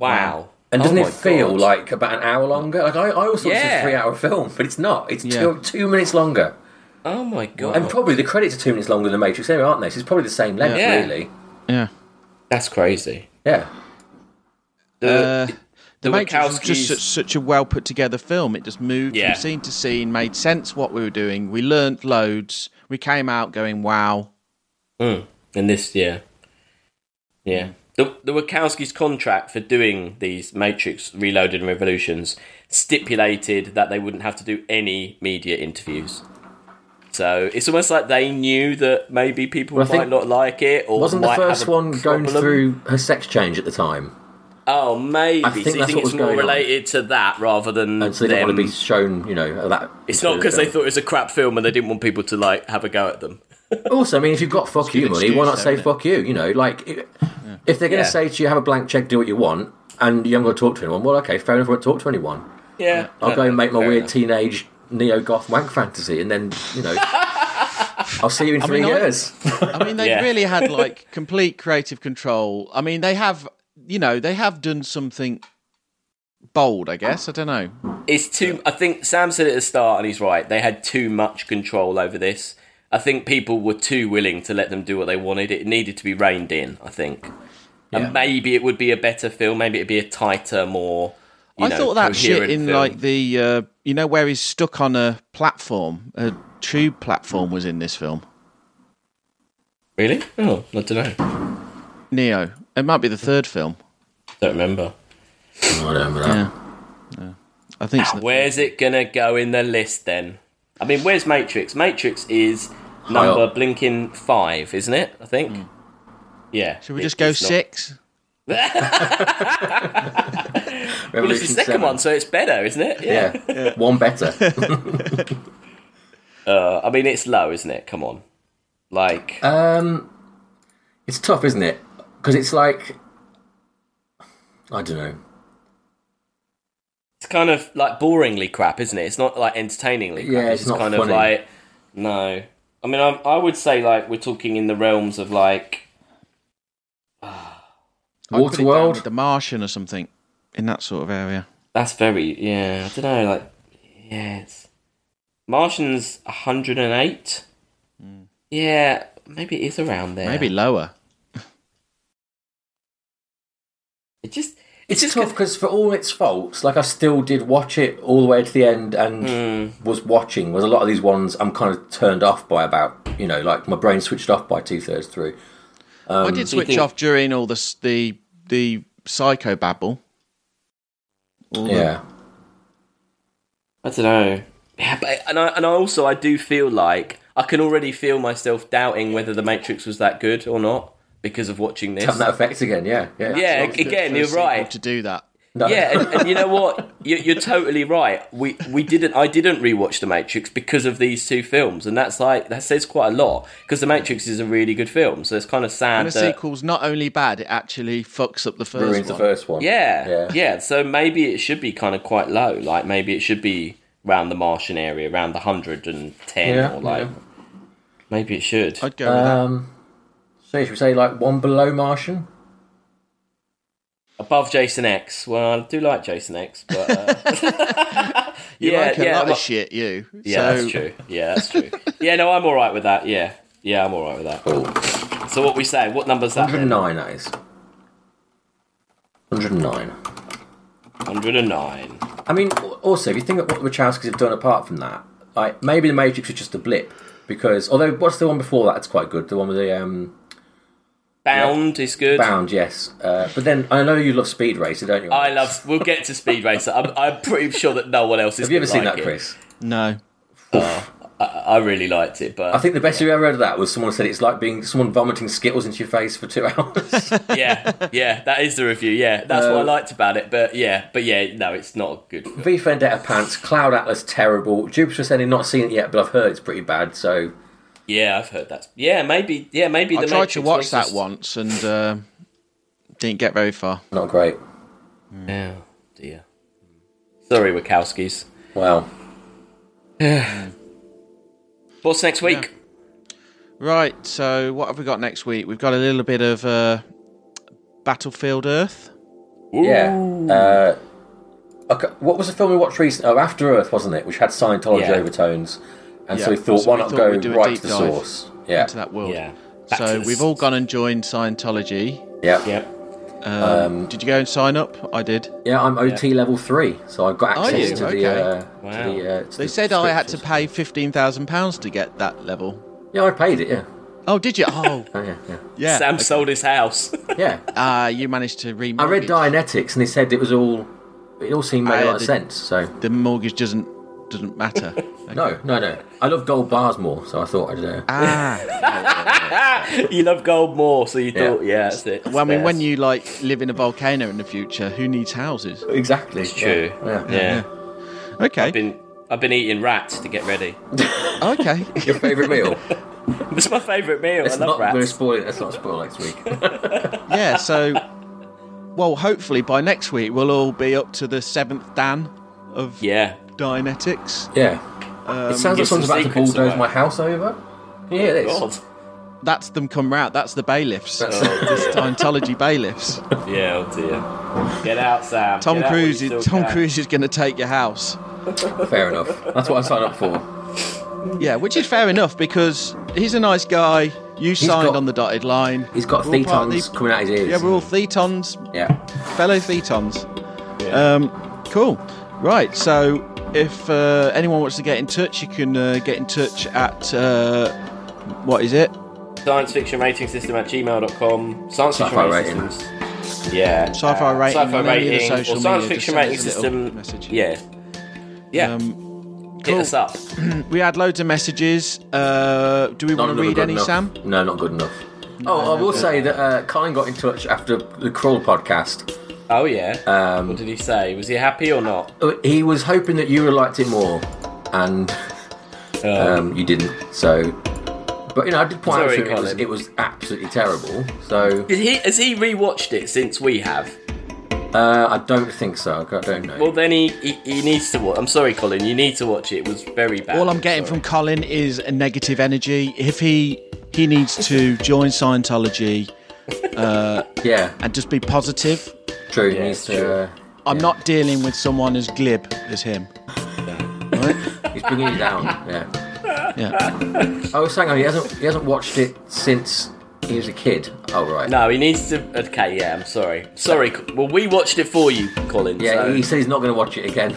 [SPEAKER 2] Wow.
[SPEAKER 3] And
[SPEAKER 2] Oh
[SPEAKER 3] doesn't
[SPEAKER 2] my
[SPEAKER 3] it feel
[SPEAKER 2] God.
[SPEAKER 3] like about an hour longer? Like I, I also it's
[SPEAKER 2] Yeah.
[SPEAKER 3] a three-hour film, but it's not. It's
[SPEAKER 1] Yeah.
[SPEAKER 3] two, two minutes longer,
[SPEAKER 2] Oh my god.
[SPEAKER 3] and probably the credits are two minutes longer than The Matrix, anyway, aren't they? So it's probably the same length,
[SPEAKER 2] Yeah.
[SPEAKER 3] really.
[SPEAKER 1] Yeah.
[SPEAKER 2] That's crazy.
[SPEAKER 3] Yeah.
[SPEAKER 1] Uh, the Matrix was
[SPEAKER 2] Wachowskis-
[SPEAKER 1] just such, such a well put together film. It just moved
[SPEAKER 2] Yeah.
[SPEAKER 1] from scene to scene, made sense what we were doing. We learnt loads. We came out going, "Wow,
[SPEAKER 2] Mm. And this, yeah, yeah.
[SPEAKER 1] Mm.
[SPEAKER 2] The, the Wachowskis' contract for doing these Matrix Reloaded and Revolutions stipulated that they wouldn't have to do any media interviews. So it's almost like they knew that maybe people
[SPEAKER 3] Well, I
[SPEAKER 2] might
[SPEAKER 3] think-
[SPEAKER 2] not like it or
[SPEAKER 3] Wasn't the
[SPEAKER 2] might have
[SPEAKER 3] first
[SPEAKER 2] a
[SPEAKER 3] one going
[SPEAKER 2] problem.
[SPEAKER 3] through her sex change at the time?
[SPEAKER 2] Oh, maybe.
[SPEAKER 3] I
[SPEAKER 2] so
[SPEAKER 3] think
[SPEAKER 2] you
[SPEAKER 3] that's
[SPEAKER 2] think
[SPEAKER 3] what
[SPEAKER 2] it's
[SPEAKER 3] was
[SPEAKER 2] more
[SPEAKER 3] going on.
[SPEAKER 2] related to that rather than
[SPEAKER 3] And so they
[SPEAKER 2] them.
[SPEAKER 3] don't want to be shown, you know, that.
[SPEAKER 2] it's not because they
[SPEAKER 3] they
[SPEAKER 2] thought it was a crap film and they didn't want people to like have a go at them.
[SPEAKER 3] Also, I mean, if you've got fuck you money, why
[SPEAKER 1] excuse,
[SPEAKER 3] not say
[SPEAKER 1] though,
[SPEAKER 3] fuck you? You know, like i if they're going
[SPEAKER 2] Yeah.
[SPEAKER 3] to say to you, have a blank check, do what you want. and you haven't got to talk to anyone. Well, okay, fair enough. I won't talk to anyone.
[SPEAKER 2] Yeah.
[SPEAKER 3] I'll go and make my
[SPEAKER 2] Fair
[SPEAKER 3] weird
[SPEAKER 2] enough.
[SPEAKER 3] teenage neo goth wank fantasy, and then you know, I'll see you in three
[SPEAKER 1] mean, I-
[SPEAKER 3] years.
[SPEAKER 1] I mean, they
[SPEAKER 2] Yeah.
[SPEAKER 1] really had like complete creative control. I mean, they have, you know, they have done something bold. I guess I don't know.
[SPEAKER 2] It's too. I think Sam said at the start, and he's right. They had too much control over this. I think people were too willing to let them do what they wanted. It needed to be reined in. I think,
[SPEAKER 3] Yeah.
[SPEAKER 2] and maybe it would be a better film. Maybe it'd be a tighter, more. You
[SPEAKER 1] I
[SPEAKER 2] know,
[SPEAKER 1] thought that shit
[SPEAKER 2] coherent
[SPEAKER 1] in
[SPEAKER 2] film.
[SPEAKER 1] like the, uh, you know, where he's stuck on a platform, a tube platform, was in this film.
[SPEAKER 2] really. Oh, I don't know.
[SPEAKER 1] Neo. It might be the third film.
[SPEAKER 2] Don't remember.
[SPEAKER 3] I don't remember that.
[SPEAKER 1] I
[SPEAKER 2] Ah,
[SPEAKER 1] think. It's the-
[SPEAKER 2] Where's it gonna go in the list then? I mean, where's Matrix? Matrix is number
[SPEAKER 3] up.
[SPEAKER 2] blinking five, isn't it? I think. Yeah.
[SPEAKER 1] Hmm. Should we
[SPEAKER 2] it-
[SPEAKER 1] just go
[SPEAKER 2] it's not-
[SPEAKER 1] six?
[SPEAKER 2] Well, it's the
[SPEAKER 3] Revolution
[SPEAKER 2] second
[SPEAKER 3] 7.
[SPEAKER 2] one, so it's better, isn't it?
[SPEAKER 3] Yeah. one better.
[SPEAKER 2] I mean, it's low, isn't it? Come on. Like,
[SPEAKER 3] Um, it's tough, isn't it? Because it's like I don't know.
[SPEAKER 2] it's kind of like boringly crap, isn't it? It's not like entertainingly crap.
[SPEAKER 3] Yeah, it's
[SPEAKER 2] just
[SPEAKER 3] not
[SPEAKER 2] kind of
[SPEAKER 3] funny.
[SPEAKER 2] like, no. I mean, I, I would say, like, we're talking in the realms of, like,
[SPEAKER 1] I'd put it down
[SPEAKER 3] Waterworld?
[SPEAKER 1] with the Martian, or something in that sort of area.
[SPEAKER 2] that's very, yeah, I don't know, like, yeah. It's, Martian's 108. Yeah, maybe it is around there.
[SPEAKER 1] Maybe lower.
[SPEAKER 2] It just, it's,
[SPEAKER 3] It's,
[SPEAKER 2] just
[SPEAKER 3] tough because for all its faults, like I still did watch it all the way to the end and
[SPEAKER 2] Mm.
[SPEAKER 3] was watching. Was a lot of these ones I'm kind of turned off by about you know like my brain switched off by two thirds through.
[SPEAKER 1] I did
[SPEAKER 2] Um, do you
[SPEAKER 1] switch
[SPEAKER 2] think-
[SPEAKER 1] off during all the s- the the psycho babble.
[SPEAKER 2] Mm.
[SPEAKER 1] All the-
[SPEAKER 3] Yeah,
[SPEAKER 2] I don't know. Yeah, but and I, and I also I do feel like I can already feel myself doubting whether the Matrix was that good or not because of watching this.
[SPEAKER 3] having that effect again. Yeah, yeah,
[SPEAKER 2] yeah,
[SPEAKER 1] Not good
[SPEAKER 2] again,
[SPEAKER 1] for a
[SPEAKER 2] you're
[SPEAKER 1] sequel
[SPEAKER 2] right.
[SPEAKER 1] to do that.
[SPEAKER 3] No.
[SPEAKER 2] Yeah, and, and you know what? You're, you're totally right. We we didn't. I didn't rewatch The Matrix because of these two films, and that's like that says quite a lot because The Matrix is a really good film. So it's kind of sad
[SPEAKER 1] And the
[SPEAKER 2] that
[SPEAKER 1] sequel's not only bad, it actually fucks up the first
[SPEAKER 3] ruins the
[SPEAKER 1] one.
[SPEAKER 3] first one.
[SPEAKER 2] Yeah,
[SPEAKER 3] yeah.
[SPEAKER 2] yeah, So maybe it should be kind of quite low. Like maybe it should be around the Martian area, around the hundred and ten,
[SPEAKER 3] Yeah,
[SPEAKER 2] or like
[SPEAKER 3] yeah.
[SPEAKER 2] maybe it should.
[SPEAKER 1] I'd go with that.
[SPEAKER 3] Um, so should we say like one below Martian?
[SPEAKER 2] above Jason X. Well, I do like Jason X, but uh,
[SPEAKER 1] You
[SPEAKER 2] yeah,
[SPEAKER 1] like a
[SPEAKER 2] yeah,
[SPEAKER 1] lot
[SPEAKER 2] well-
[SPEAKER 1] of shit, you.
[SPEAKER 2] yeah,
[SPEAKER 1] So-
[SPEAKER 2] that's true. Yeah, that's true. yeah, no, I'm all right with that. Yeah, yeah, I'm all right with that.
[SPEAKER 3] Oh,
[SPEAKER 2] So what we say? What number's that?
[SPEAKER 3] 109 that is. 109.
[SPEAKER 2] Hundred and nine.
[SPEAKER 3] I mean, also, if you think of what the Wachowskis have done apart from that, like maybe the Matrix was just a blip because although what's the one before that? It's quite good. The one with the um,
[SPEAKER 2] Bound is good.
[SPEAKER 3] bound, yes. Uh, but then I know you love Speed Racer, don't you?
[SPEAKER 2] I love. We'll get to Speed Racer. I'm, I'm pretty sure that no one else is.
[SPEAKER 3] Have you ever
[SPEAKER 2] gonna
[SPEAKER 3] seen
[SPEAKER 2] like
[SPEAKER 3] that,
[SPEAKER 2] it.
[SPEAKER 3] Chris?
[SPEAKER 1] No.
[SPEAKER 2] I, I really liked it, but
[SPEAKER 3] I think the best you ever heard of that was someone said it's like being someone vomiting Skittles into your face for two hours.
[SPEAKER 2] yeah, yeah, that is the review. Yeah, that's
[SPEAKER 1] Uh,
[SPEAKER 2] what I liked about it. But yeah, but yeah, no, it's not a good. Film.
[SPEAKER 3] v Vendetta pants, Cloud Atlas terrible, Jupiter Ascending not seen it yet, but I've heard it's pretty bad. So
[SPEAKER 2] Yeah, I've heard that. Yeah, maybe. Yeah, maybe.
[SPEAKER 1] I
[SPEAKER 2] the
[SPEAKER 1] tried to
[SPEAKER 2] Matrix
[SPEAKER 1] watch
[SPEAKER 2] was
[SPEAKER 1] that
[SPEAKER 2] just-
[SPEAKER 1] once and uh, didn't get very far.
[SPEAKER 3] not great.
[SPEAKER 2] Yeah, dear. Sorry, Wachowskis.
[SPEAKER 3] Well,
[SPEAKER 2] What's next week?
[SPEAKER 1] Right, so what have we got next week? We've got a little bit of uh, Battlefield Earth.
[SPEAKER 3] yeah. Uh, okay, what was the film we watched recently? Oh, After Earth, wasn't it? Which had Scientology
[SPEAKER 2] Yeah.
[SPEAKER 3] overtones, and so
[SPEAKER 1] Yeah.
[SPEAKER 3] we thought,
[SPEAKER 1] So
[SPEAKER 3] why
[SPEAKER 1] we
[SPEAKER 3] not
[SPEAKER 1] thought
[SPEAKER 3] go
[SPEAKER 1] we'd do a
[SPEAKER 3] right
[SPEAKER 1] deep
[SPEAKER 3] to the
[SPEAKER 1] dive
[SPEAKER 3] source? Yeah,
[SPEAKER 1] to that world.
[SPEAKER 2] Yeah. Back to
[SPEAKER 1] so
[SPEAKER 2] the
[SPEAKER 1] we've all gone and joined Scientology.
[SPEAKER 3] yeah, yeah.
[SPEAKER 2] Yep.
[SPEAKER 3] Um,
[SPEAKER 1] Did you go and sign up? I did.
[SPEAKER 3] I'm OT level three, so I've got
[SPEAKER 1] Are
[SPEAKER 3] access
[SPEAKER 1] you?
[SPEAKER 3] to the.
[SPEAKER 1] Okay.
[SPEAKER 3] Uh,
[SPEAKER 2] Wow.
[SPEAKER 3] to the uh, to
[SPEAKER 1] They
[SPEAKER 3] the
[SPEAKER 1] said I had to
[SPEAKER 3] scriptures.
[SPEAKER 1] pay fifteen thousand pounds to get that level.
[SPEAKER 3] Yeah, I paid it. Yeah,
[SPEAKER 1] Oh, did you? Oh,
[SPEAKER 3] oh, yeah, yeah.
[SPEAKER 1] yeah.
[SPEAKER 2] Sam sold his house.
[SPEAKER 3] yeah.
[SPEAKER 1] Uh, you managed to remortgage.
[SPEAKER 3] I read Dianetics, and they said it was all. It all seemed made
[SPEAKER 1] I
[SPEAKER 3] a lot
[SPEAKER 1] had
[SPEAKER 3] of
[SPEAKER 1] the-
[SPEAKER 3] sense. So
[SPEAKER 1] The mortgage doesn't doesn't matter.
[SPEAKER 3] no, no, no. I love gold bars more, so I thought I'd. Uh,
[SPEAKER 1] ah,
[SPEAKER 2] you love gold more, so you thought, yeah, that's it.
[SPEAKER 1] well, I mean,
[SPEAKER 2] That's-
[SPEAKER 1] when you like live in a volcano in the future, who needs houses?
[SPEAKER 3] exactly.
[SPEAKER 2] It's true.
[SPEAKER 3] Yeah.
[SPEAKER 2] Yeah.
[SPEAKER 3] yeah.
[SPEAKER 1] Okay,
[SPEAKER 2] I've been I've been eating rats to get ready.
[SPEAKER 1] okay.
[SPEAKER 3] Your favourite meal?
[SPEAKER 2] That's my favourite meal.
[SPEAKER 3] It's
[SPEAKER 2] I love
[SPEAKER 3] not. We're
[SPEAKER 2] rats.
[SPEAKER 3] spoiling. Let's not spoil next week.
[SPEAKER 1] yeah, so well, hopefully by next week we'll all be up to the seventh Dan of
[SPEAKER 2] Yeah.
[SPEAKER 1] Dianetics.
[SPEAKER 3] Yeah.
[SPEAKER 1] Um,
[SPEAKER 3] it sounds like
[SPEAKER 2] give some
[SPEAKER 3] someone's about to
[SPEAKER 2] secrets
[SPEAKER 3] bulldoze
[SPEAKER 2] away.
[SPEAKER 3] my house over. Can you hear this?
[SPEAKER 2] God.
[SPEAKER 1] That's them come round. That's the bailiffs.
[SPEAKER 3] That's-
[SPEAKER 1] It's Scientology bailiffs.
[SPEAKER 2] Yeah, oh dear. Get out, Sam.
[SPEAKER 1] Tom
[SPEAKER 2] Get out while you
[SPEAKER 1] Cruise.
[SPEAKER 2] still
[SPEAKER 1] Is, Tom
[SPEAKER 2] can.
[SPEAKER 1] Cruise is going to take your house.
[SPEAKER 3] Fair enough. That's what I signed up for.
[SPEAKER 1] Yeah, which is fair enough because he's a nice guy. You signed
[SPEAKER 3] got-
[SPEAKER 1] on the dotted line.
[SPEAKER 3] He's got
[SPEAKER 1] We're all part of
[SPEAKER 3] thetons
[SPEAKER 1] the-
[SPEAKER 3] coming out his ears.
[SPEAKER 1] Yeah, we're all thetons,
[SPEAKER 3] Yeah.
[SPEAKER 1] fellow thetons.
[SPEAKER 2] Yeah.
[SPEAKER 1] Um, cool. Right. So, if uh, anyone wants to get in touch, you can uh, get in touch at uh, what is it?
[SPEAKER 2] science fiction rating system at gmail.com science fiction
[SPEAKER 3] Sci-fi
[SPEAKER 2] rating,
[SPEAKER 3] rating.
[SPEAKER 2] systems yeah uh,
[SPEAKER 1] Sci-fi rating
[SPEAKER 2] sci-fi
[SPEAKER 1] on any of the
[SPEAKER 2] rating
[SPEAKER 1] social
[SPEAKER 2] or science
[SPEAKER 1] media, just
[SPEAKER 2] fiction
[SPEAKER 1] send
[SPEAKER 2] rating
[SPEAKER 1] us a little
[SPEAKER 2] system
[SPEAKER 1] message.
[SPEAKER 2] yeah yeah
[SPEAKER 1] Um,
[SPEAKER 2] hit us up
[SPEAKER 1] we had loads of messages. Uh, do we
[SPEAKER 3] None
[SPEAKER 1] want to
[SPEAKER 3] of them are
[SPEAKER 1] read
[SPEAKER 3] good
[SPEAKER 1] any,
[SPEAKER 3] enough.
[SPEAKER 1] Sam?
[SPEAKER 3] No, not good enough. oh, I will say that uh, Colin got in touch after the Crawl podcast.
[SPEAKER 2] oh yeah
[SPEAKER 3] Um,
[SPEAKER 2] what did he say was he happy or not
[SPEAKER 3] Uh, He was hoping that you would have liked it more, and um, you didn't. So, but you know, I did point
[SPEAKER 2] Sorry,
[SPEAKER 3] out to him it was,
[SPEAKER 2] Colin.
[SPEAKER 3] it was absolutely terrible. So
[SPEAKER 2] did he has he rewatched it since we have
[SPEAKER 3] uh, I don't think so. I don't know.
[SPEAKER 2] well then he, he, he needs to watch I'm sorry Colin you need to watch it it was very bad
[SPEAKER 1] All I'm getting from Colin is a negative energy. If he he needs to join Scientology
[SPEAKER 3] yeah,
[SPEAKER 1] and just be positive.
[SPEAKER 3] true. he
[SPEAKER 2] Yeah,
[SPEAKER 3] needs
[SPEAKER 2] it's
[SPEAKER 3] to,
[SPEAKER 2] true.
[SPEAKER 3] uh,
[SPEAKER 1] I'm not dealing with someone as glib as him.
[SPEAKER 3] he's bringing you down. Yeah.
[SPEAKER 1] Yeah.
[SPEAKER 3] Oh, hang on. He hasn't. He hasn't watched it since he was a kid. Oh, right.
[SPEAKER 2] no he needs to okay yeah I'm sorry sorry Co- well we watched it for you Colin
[SPEAKER 3] Yeah,
[SPEAKER 2] so-
[SPEAKER 3] he said he's not going to watch it again.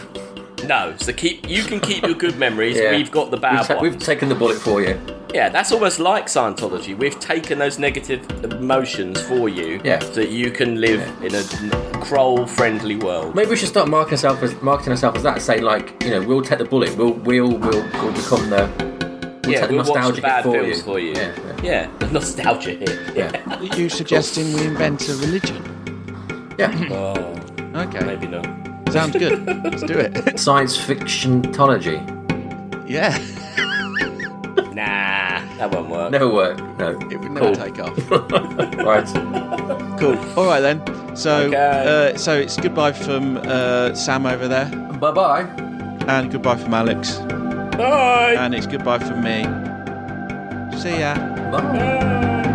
[SPEAKER 2] no so keep you can keep your good memories
[SPEAKER 3] Yeah.
[SPEAKER 2] we've got the bad
[SPEAKER 3] We've, ta-
[SPEAKER 2] ones
[SPEAKER 3] we've taken the bullet for you.
[SPEAKER 2] Yeah, that's almost like Scientology. We've taken those negative emotions for you,
[SPEAKER 3] Yeah.
[SPEAKER 2] so that you can live in a crow-friendly world.
[SPEAKER 3] Maybe we should start marketing ourselves as marketing ourselves as that. Say like, you know, we'll take the bullet. We'll we'll we'll, we'll become the we'll
[SPEAKER 2] yeah,
[SPEAKER 3] take the
[SPEAKER 2] we'll watch the
[SPEAKER 3] nostalgic
[SPEAKER 2] bad
[SPEAKER 3] for
[SPEAKER 2] films
[SPEAKER 3] you.
[SPEAKER 2] for you.
[SPEAKER 3] Yeah,
[SPEAKER 2] yeah, the nostalgia hit.
[SPEAKER 3] yeah,
[SPEAKER 1] Are you suggesting we invent a religion?
[SPEAKER 3] yeah. yeah.
[SPEAKER 2] Oh,
[SPEAKER 1] Okay.
[SPEAKER 2] maybe not.
[SPEAKER 1] Sounds good. Let's do it.
[SPEAKER 3] Science fictionology
[SPEAKER 1] Yeah.
[SPEAKER 2] Nah, that won't work.
[SPEAKER 3] never worked. No,
[SPEAKER 1] It would never
[SPEAKER 2] Cool.
[SPEAKER 1] take off.
[SPEAKER 3] right.
[SPEAKER 1] Cool. All right then. So
[SPEAKER 2] Okay.
[SPEAKER 1] uh, so it's goodbye from uh, Sam over there,
[SPEAKER 3] bye bye.
[SPEAKER 1] and goodbye from Alex,
[SPEAKER 2] Bye.
[SPEAKER 1] and it's goodbye from me. See ya.
[SPEAKER 3] Bye.
[SPEAKER 2] Bye.